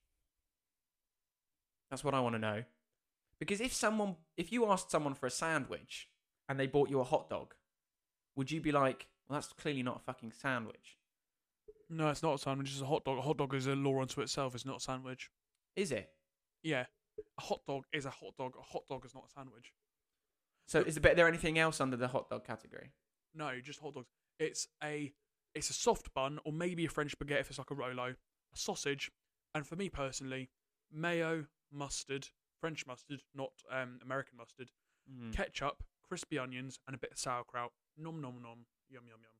S1: That's what I want to know. Because if someone, if you asked someone for a sandwich and they bought you a hot dog, would you be like, "Well, that's clearly not a fucking sandwich,
S2: No, it's not a sandwich. It's a hot dog. A hot dog is a law unto itself. It's not a sandwich.
S1: is it?"
S2: Yeah, a hot dog is a hot dog. A hot dog is not a sandwich.
S1: So, is there there anything else under the hot dog category?
S2: No, just hot dogs. It's a it's a soft bun or maybe a French baguette if it's like a Rolo, a sausage, and for me personally, mayo, mustard, French mustard, not um, American mustard, Hmm.
S1: Mm.
S2: ketchup, crispy onions, and a bit of sauerkraut. Nom nom nom. Yum yum yum.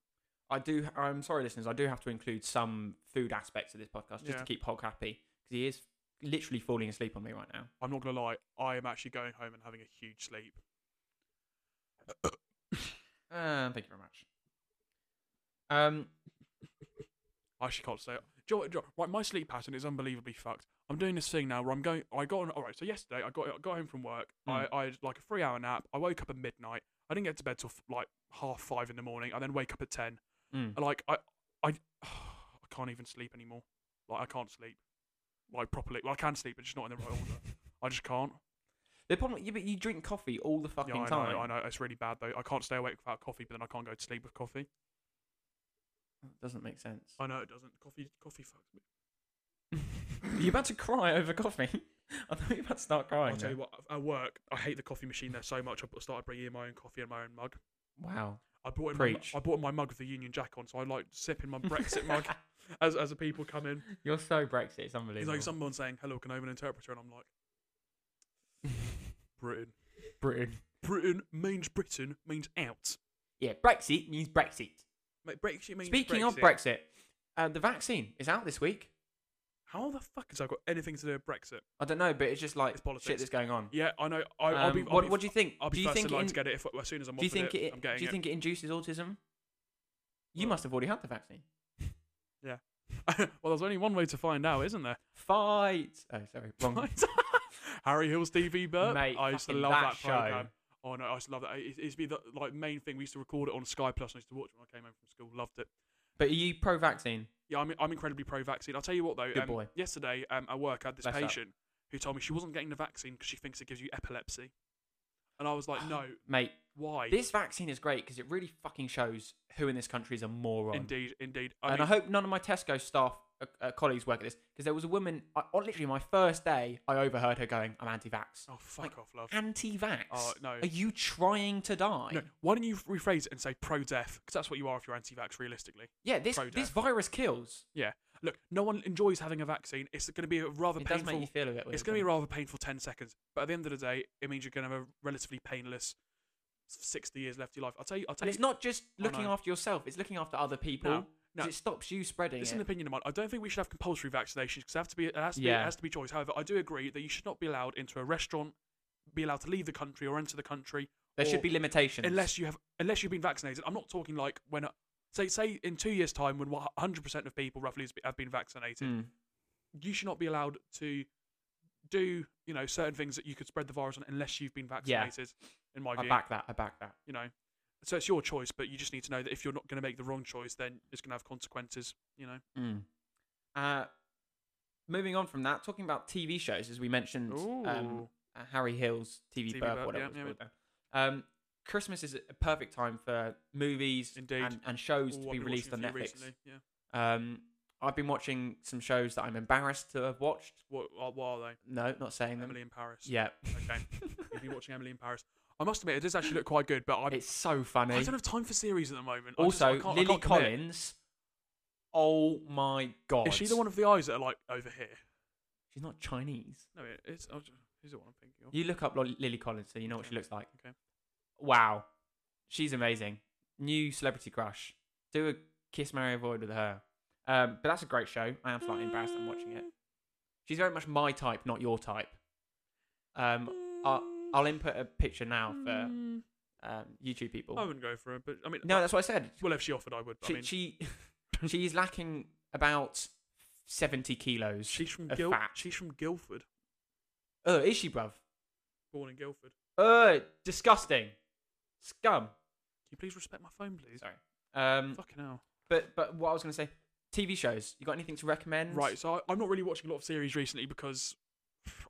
S1: I do. I'm sorry, listeners. I do have to include some food aspects of this podcast just
S2: Yeah.
S1: to keep Hog happy because he is literally falling asleep on me right now.
S2: I'm not gonna lie. I am actually going home and having a huge sleep.
S1: Uh, thank you very much. Um,
S2: I actually can't say it. Do you know what- do you know- right, my sleep pattern is unbelievably fucked. I'm doing this thing now where I'm going. I got on. All right, so yesterday I got I got home from work. I, I had like a three hour nap. I woke up at midnight. I didn't get to bed till f- like half five in the morning. I then wake up at ten.
S1: mm.
S2: Like I I [sighs] I can't even sleep anymore. Like I can't sleep like properly. Well, I can sleep, but just not in the right order. I just can't.
S1: The problem, yeah, but you drink coffee all the fucking
S2: Yeah, I know,
S1: time.
S2: I know. It's really bad though. I can't stay awake without coffee, but then I can't go to sleep with coffee.
S1: Doesn't make sense.
S2: I know it doesn't. Coffee coffee fucks me.
S1: you about to cry over coffee? [laughs] I thought you were about to start crying.
S2: I'll
S1: there.
S2: tell you what, at work, I hate the coffee machine there so much. I b- started bringing in my own coffee and my own mug.
S1: Wow.
S2: I brought in my, mu-
S1: Preach.
S2: I brought in my mug with the Union Jack on, so I like sipping my
S1: [laughs]
S2: Brexit mug as, as the people come in.
S1: You're so Brexit. It's
S2: It's
S1: unbelievable.
S2: like someone saying, "Hello, can I have an interpreter?" And I'm like,
S1: [laughs]
S2: "Britain,
S1: Britain.
S2: Britain means Britain means out.
S1: Yeah, Brexit means Brexit.
S2: Mate, Brexit means
S1: Speaking
S2: Brexit.
S1: of Brexit, uh, the vaccine is out this week.
S2: how the fuck has that got anything to do with Brexit?
S1: I don't know, but it's just like
S2: It's politics.
S1: shit that's going on.
S2: Yeah, I know. I, I'll
S1: Um,
S2: be. I'll
S1: what,
S2: be
S1: what do you think?
S2: I'll be
S1: do you
S2: first
S1: think
S2: in line
S1: in-
S2: to get it if, as soon as I'm
S1: do you
S2: offered
S1: think
S2: it,
S1: it,
S2: I'm
S1: do
S2: getting
S1: you
S2: it.
S1: think it induces autism? You
S2: Well-
S1: must have already had the vaccine.
S2: [laughs] well, there's only one way to find out, isn't there?
S1: Fight! Oh,
S2: [laughs]
S1: sorry, wrong.
S2: Harry Hill's TV
S1: [laughs]
S2: Burp.
S1: Mate,
S2: I used to
S1: fucking
S2: love
S1: that
S2: that,
S1: show.
S2: program. Oh no, I used to love that. It, it used to be the like main thing. We used to record it on Sky Plus. And I used to watch it when I came home from school. Loved it.
S1: But are you pro-vaccine?
S2: Yeah, I'm, I'm incredibly pro-vaccine. I'll tell you what though.
S1: Good
S2: um,
S1: boy.
S2: Yesterday um, at work, I had this
S1: Bless her.
S2: patient who told me she wasn't getting the vaccine because she thinks it gives you epilepsy, and I was
S1: [gasps]
S2: like, no,
S1: [sighs] Mate,
S2: why?
S1: this vaccine is great because it really fucking shows who in this country is a moron.
S2: Indeed, indeed. I
S1: And I
S2: mean,
S1: hope none of my Tesco staff uh, uh, colleagues work at this because there was a woman, I, on literally my first day, I overheard her going, I'm anti-vax.
S2: oh fuck
S1: like,
S2: off, love.
S1: Anti-vax?
S2: Oh, no.
S1: Are you trying to die?
S2: No, why don't you rephrase it and say pro-death? Because that's what you are if you're anti-vax, realistically.
S1: Yeah, this,
S2: Pro-death.
S1: this virus kills.
S2: Yeah. Look, no one enjoys having a vaccine. It's going to be a rather
S1: It does
S2: painful.
S1: make you feel a bit weird.
S2: it's going to be
S1: doesn't it?
S2: rather painful 10 seconds but at the end of the day it means you're going to have a relatively painless 60 years left of your life i'll tell you i'll tell
S1: And
S2: you
S1: it's not just
S2: I
S1: looking
S2: know.
S1: after yourself, it's looking after other people.
S2: Oh, No,
S1: 'cause
S2: no.
S1: It stops you spreading
S2: this is
S1: it.
S2: an opinion of mine i don't think we should have compulsory vaccinations because it has to be it has to be
S1: Yeah.
S2: it has to be choice however i do agree that you should not be allowed into a restaurant be allowed to leave the country or enter the country
S1: there
S2: or-
S1: should be limitations.
S2: unless you have unless you've been vaccinated i'm not talking like when say say in 2 years time when wha- 100% of people roughly has be- have been vaccinated
S1: Mm.
S2: you should not be allowed to do you know certain things that you could spread the virus on unless you've been vaccinated in my
S1: I
S2: view
S1: back that. I back that.
S2: you know. So it's your choice, but you just need to know that if you're not going to make the wrong choice, then it's going to have consequences, you know.
S1: Mm. Uh, moving on from that, talking about TV shows, as we mentioned, um,
S2: Ooh.
S1: uh, Harry Hill's TV,
S2: TV
S1: Burp,
S2: Burp,
S1: whatever
S2: yeah,
S1: it's
S2: yeah.
S1: called. now. Um, Christmas is a perfect time for movies
S2: Indeed.
S1: and, and shows
S2: Ooh,
S1: to
S2: I've
S1: be
S2: been
S1: released on
S2: watching a
S1: Netflix.
S2: few recently, Yeah.
S1: Um, I've been watching some shows that I'm embarrassed to have watched.
S2: What, what what are
S1: No, not saying
S2: they?
S1: them.
S2: Emily in Paris. [laughs]
S1: Yeah, [laughs]
S2: Okay. You've been watching Emily in Paris. I must admit, it does actually look quite good, but I,
S1: it's so
S2: I
S1: funny.
S2: don't have time for series at the moment. I just- I
S1: Also,
S2: can't- I
S1: Lily
S2: can't commit.
S1: Collins. Oh my god!
S2: Is she the one of the eyes that are like over here?
S1: She's not Chinese.
S2: No, it, it's. Oh, who's the one I'm thinking of?
S1: You look up Lo- Lily Collins, so you know what
S2: Okay.
S1: she looks like.
S2: Okay.
S1: Wow, she's amazing. New celebrity crush. Do a kiss, marry, avoid with her. Um, but that's a great show. I am slightly embarrassed. I'm watching it. She's very much my type, not your type. Um, I'll, I'll input a picture now for
S2: Mm,
S1: um, YouTube people.
S2: I wouldn't go for it, but I mean,
S1: no, that's what I said.
S2: well, if she offered, I would. but
S1: She
S2: Oh, I
S1: she
S2: mean,
S1: [laughs] she's lacking about seventy kilos.
S2: she's from
S1: of
S2: Guil-
S1: fat.
S2: She's from Guildford,
S1: Oh, is she, bruv?
S2: born in Guildford.
S1: Uh, disgusting, scum.
S2: Can you please respect my phone, please?
S1: Sorry. Um,
S2: Fucking hell.
S1: but but what I was gonna say, TV shows. You got anything to recommend?
S2: Right, so I, I'm not really watching a lot of series recently because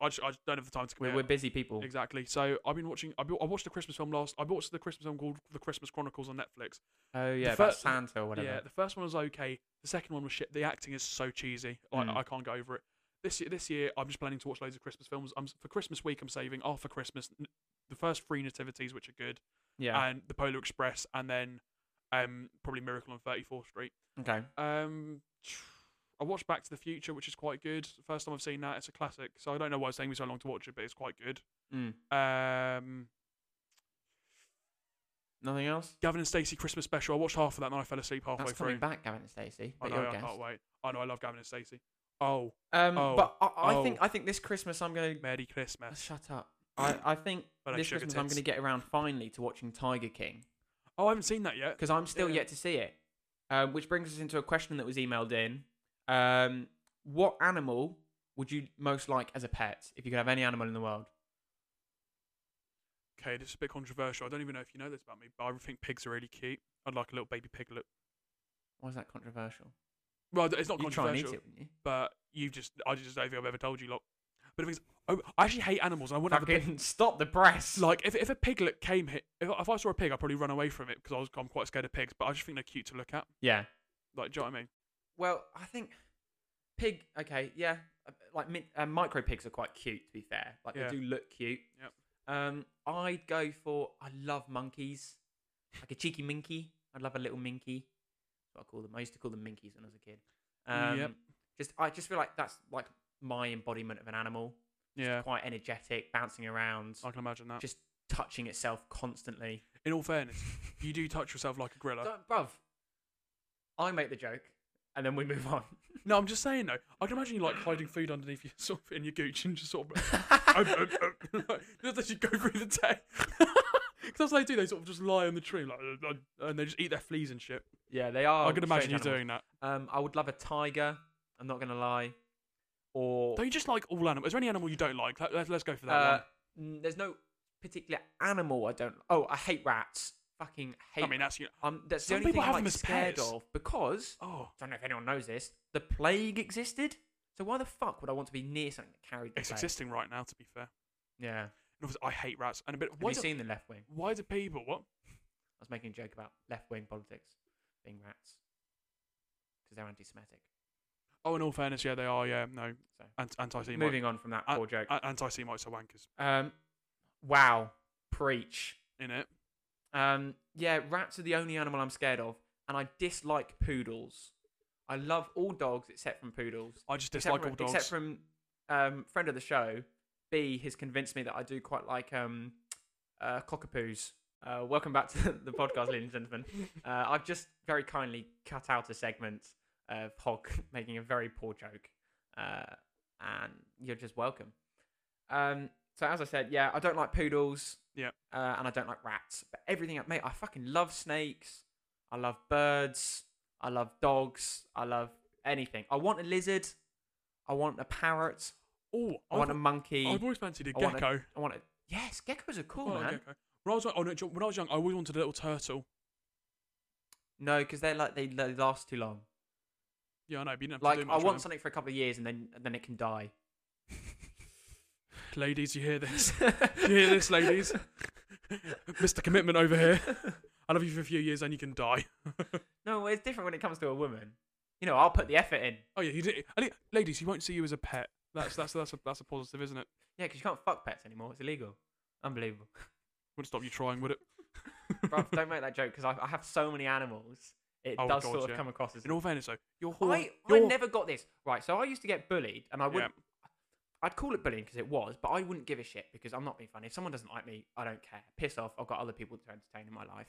S2: I just, I just don't have the time to
S1: We're,
S2: commit.
S1: we're busy people.
S2: Exactly. So I've been watching. I, bu- I watched the Christmas film last. I watched the Christmas film called The Christmas Chronicles on Netflix.
S1: Oh yeah,
S2: fir-
S1: about Santa or whatever.
S2: Yeah, the first one was okay. The second one was shit. The acting is so cheesy. Like,
S1: Mm.
S2: I can't go over it. This year, this year, I'm just planning to watch loads of Christmas films. I'm s- for Christmas week. I'm saving half for Christmas. n- The first three nativities, which are good,
S1: Yeah.
S2: and the Polar Express, and then um, probably Miracle on 34th Street.
S1: okay.
S2: Um, I watched Back to the Future, which is quite good. First time I've seen that. It's a classic. So I don't know why it's taking me so long to watch it, but it's quite good.
S1: Mm.
S2: Um,
S1: Nothing else.
S2: Gavin and Stacey Christmas special. I watched half of that and then I fell asleep halfway
S1: That's
S2: through. Oh,
S1: coming back, Gavin and Stacey.
S2: I
S1: but
S2: know,
S1: you're a
S2: I
S1: guest.
S2: can't wait. I know, I love Gavin and Stacey. Oh,
S1: Um,
S2: Oh,
S1: but I, I think
S2: oh.
S1: I think this Christmas I'm gonna
S2: Merry Christmas.
S1: shut up. I, I think
S2: But I
S1: this
S2: sugar
S1: Christmas I'm
S2: tits.
S1: gonna get around finally to watching Tiger King
S2: Oh, I haven't seen that yet.
S1: because I'm still
S2: Yeah.
S1: yet to see it. Um, which brings us into a question that was emailed in. Um, what animal would you most like as a pet if you could have any animal in the world?
S2: Okay, this is a bit controversial. I don't even know if you know this about me, but I think pigs are really cute. I'd like a little baby piglet.
S1: Why is that controversial?
S2: Well, it's not
S1: You'd try and eat it,
S2: controversial,
S1: wouldn't you?
S2: but you just, I just don't think I've ever told you, lot. But if it's, I, I actually hate animals. I wouldn't have a pig.
S1: Fucking stop the press.
S2: Like, if, if a piglet came here, if, if I saw a pig, I'd probably run away from it because I was, I'm quite scared of pigs, but I just think they're cute to look at.
S1: yeah.
S2: Like, do you know what I mean?
S1: Well, I think pig. Okay, yeah, uh, like min- uh, micro pigs are quite cute. To be fair, like
S2: Yeah.
S1: they do look cute.
S2: Yep.
S1: Um, I'd go for. I love monkeys, like a cheeky minky. I'd love a little minky. That's what I call them. I used to call them minkies when I was a kid. Um,
S2: Yep.
S1: Just, I just feel like that's like my embodiment of an animal.
S2: Yeah, Oh,
S1: Quite energetic, bouncing around,
S2: I can imagine that.
S1: just touching itself constantly.
S2: In all fairness, you do touch yourself like a gorilla.
S1: Don't, bruv. I make the joke, and then we move
S2: [laughs]
S1: on.
S2: No, I'm just saying though. I can imagine you like hiding food underneath your [laughs] sort of in your gooch and just sort of [laughs] um, um, [laughs] um, just as you go through the day. [laughs] Because that's what they do. They sort of just lie on the tree like uh, uh, and they just eat their fleas and shit.
S1: yeah, they are.
S2: I can imagine you
S1: Oh, strange animals.
S2: doing that.
S1: Um, I would love a tiger. I'm not gonna lie. Or
S2: Don't you just like all animals? Is there any animal you don't like? Let, us let's go for that
S1: uh,
S2: one.
S1: n- there's no particular animal I don't. Oh, I hate rats. Fucking hate.
S2: I mean, that's you.
S1: um, that's the
S2: some
S1: only
S2: people
S1: thing
S2: have
S1: I'm
S2: them
S1: like,
S2: as
S1: scared
S2: pets.
S1: of because
S2: Oh,
S1: I don't know if anyone knows this. The plague existed. So why the fuck would I want to be near something that carried the
S2: it's
S1: plague?
S2: existing right now. To be fair,
S1: Yeah. Have
S2: And obviously, I hate rats. And a bit. Why
S1: you
S2: do,
S1: seen the Left Wing? I
S2: why do people? What?
S1: was making a joke about left wing politics being rats because they're anti-Semitic.
S2: Oh, in all fairness, yeah, they are. Yeah, no,
S1: So-
S2: Ant- anti-Semite.
S1: Moving on from that
S2: I-
S1: poor joke.
S2: A- anti-Semites are wankers.
S1: um, wow, preach.
S2: In it.
S1: Um, yeah, rats are the only animal I'm scared of, and I dislike poodles. I love all dogs except from poodles.
S2: I just
S1: Except
S2: dislike
S1: from-
S2: all dogs.
S1: Except from um, friend of the show, B has convinced me that I do quite like um, uh, cockapoos. Uh, welcome back to [laughs] the podcast, ladies and
S2: [laughs]
S1: gentlemen. Uh, I've just very kindly cut out a segment of Hog [laughs] making a very poor joke, uh, and you're just welcome. Um, so as I said, yeah, I don't like poodles.
S2: Yeah.
S1: Uh, and I don't like rats, but everything, else- mate. I fucking love snakes. I love birds. I love dogs. I love anything. I want a lizard. I want a parrot.
S2: Oh,
S1: I want a
S2: I've-
S1: monkey.
S2: I've always fancied a
S1: I want a-
S2: gecko.
S1: I want a yes. Geckos are cool,
S2: Oh,
S1: man.
S2: gecko. When I was young- oh, no, do you- when I was young, I always wanted a little turtle.
S1: No, because they're like they, they last too long.
S2: Yeah, I know. But you didn't have to do
S1: Like
S2: much
S1: I
S2: with
S1: want
S2: them.
S1: something for a couple of years and then and then it can die. [laughs]
S2: Ladies, you hear this?
S1: you
S2: [laughs] you hear this, ladies? Mr. Commitment
S1: [laughs]
S2: over here. I love you for a few years, and you can die.
S1: No, it's different when it comes to a woman. You know, I'll put the effort in.
S2: Oh yeah, you did. I think- Ladies, he won't see you as a pet. That's that's that's a, that's a positive, isn't it?
S1: Yeah, because you can't fuck pets anymore. It's illegal.
S2: [laughs]
S1: Unbelievable.
S2: Wouldn't stop you trying, would it?
S1: Bruv, don't make that joke because I, I have so many animals. It
S2: Oh,
S1: does
S2: God,
S1: sort of
S2: yeah.
S1: come across as.
S2: In all fairness, though, your horn.
S1: I, I
S2: your-
S1: never got this right. So I used to get bullied, and I
S2: Yeah.
S1: wouldn't. I'd call it bullying because it was, but I wouldn't give a shit because I'm not being funny. If someone doesn't like me, I don't care. Piss off. I've got other people to entertain in my life.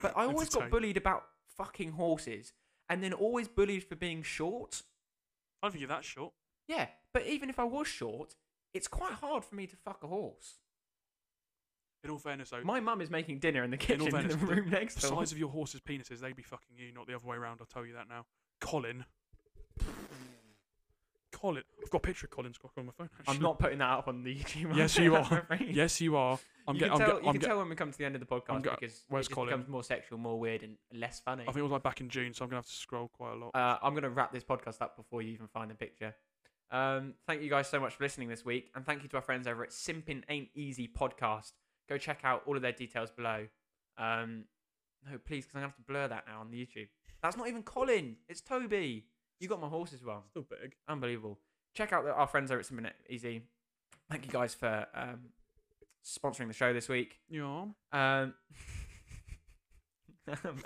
S1: But I always got
S2: Entertain.
S1: bullied about fucking horses, and then always bullied for being short.
S2: I don't think you're that short.
S1: Yeah, but even if I was short, it's quite hard for me to fuck a horse.
S2: In all fairness, though,
S1: My mum is making dinner in the
S2: In
S1: kitchen
S2: all
S1: in,
S2: fairness,
S1: the room next
S2: the
S1: door.
S2: size of your horse's penises, they'd be fucking you, not the other way around. I'll tell you that now. Colin. Colin. I've got a picture of Colin Scott on my phone. Actually.
S1: I'm not putting that up on the YouTube. [laughs]
S2: Yes, you
S1: I'm
S2: are.
S1: afraid.
S2: [laughs] Yes, you are. I'm
S1: you can,
S2: getting. I'm
S1: tell,
S2: get-
S1: you
S2: I'm
S1: can
S2: get-
S1: tell when we come to the end of the podcast
S2: get-
S1: because
S2: where's
S1: it just
S2: Colin?
S1: becomes more sexual, more weird, and less funny.
S2: eh? I think it was like back in June, so I'm gonna have to scroll quite a lot.
S1: uh, I'm going to wrap this podcast up before you even find the picture. Um, thank you guys so much for listening this week, and thank you to our friends over at Simpin Ain't Easy podcast. Go check out all of their details below. Um, no, please, because I'm going to have to blur that now on the YouTube. That's not even Colin. It's Toby. You got my horses wrong.
S2: Still big.
S1: Unbelievable. Check out the, our friends over at Simpin Easy. Thank you guys for um, sponsoring the show this week.
S2: Yeah.
S1: Um, [laughs]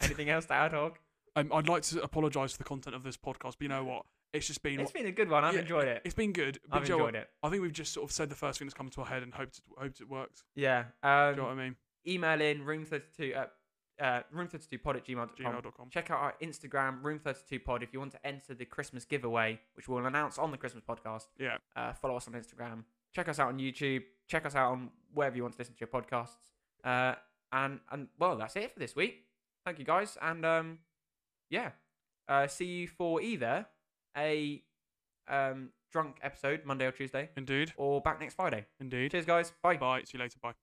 S1: anything else to add, Hog?
S2: Um, I'd like to apologise for the content of this podcast, but you know what? It's just been.
S1: It's been a good one. I've
S2: Yeah,
S1: enjoyed it.
S2: it's been good. But
S1: I've
S2: do you know what?
S1: enjoyed it.
S2: I think we've just sort of said the first thing that's come to our head and hoped it, hoped it works.
S1: Yeah.
S2: Do you know
S1: Um,
S2: what I mean?
S1: email in room32 at uh, room32pod at gmail.com.
S2: Gmail.com.
S1: Check out our Instagram, room32pod, if you want to enter the Christmas giveaway, which we'll announce on the Christmas podcast.
S2: Yeah.
S1: Uh, follow us on Instagram. Check us out on YouTube. Check us out on wherever you want to listen to your podcasts. Uh, and, and, well, that's it for this week. Thank you, guys. And, um, yeah. Uh, see you for either a um, drunk episode, Monday or Tuesday,
S2: Indeed.
S1: or back next Friday.
S2: Indeed.
S1: Cheers, guys. Bye.
S2: Bye. See you later. Bye.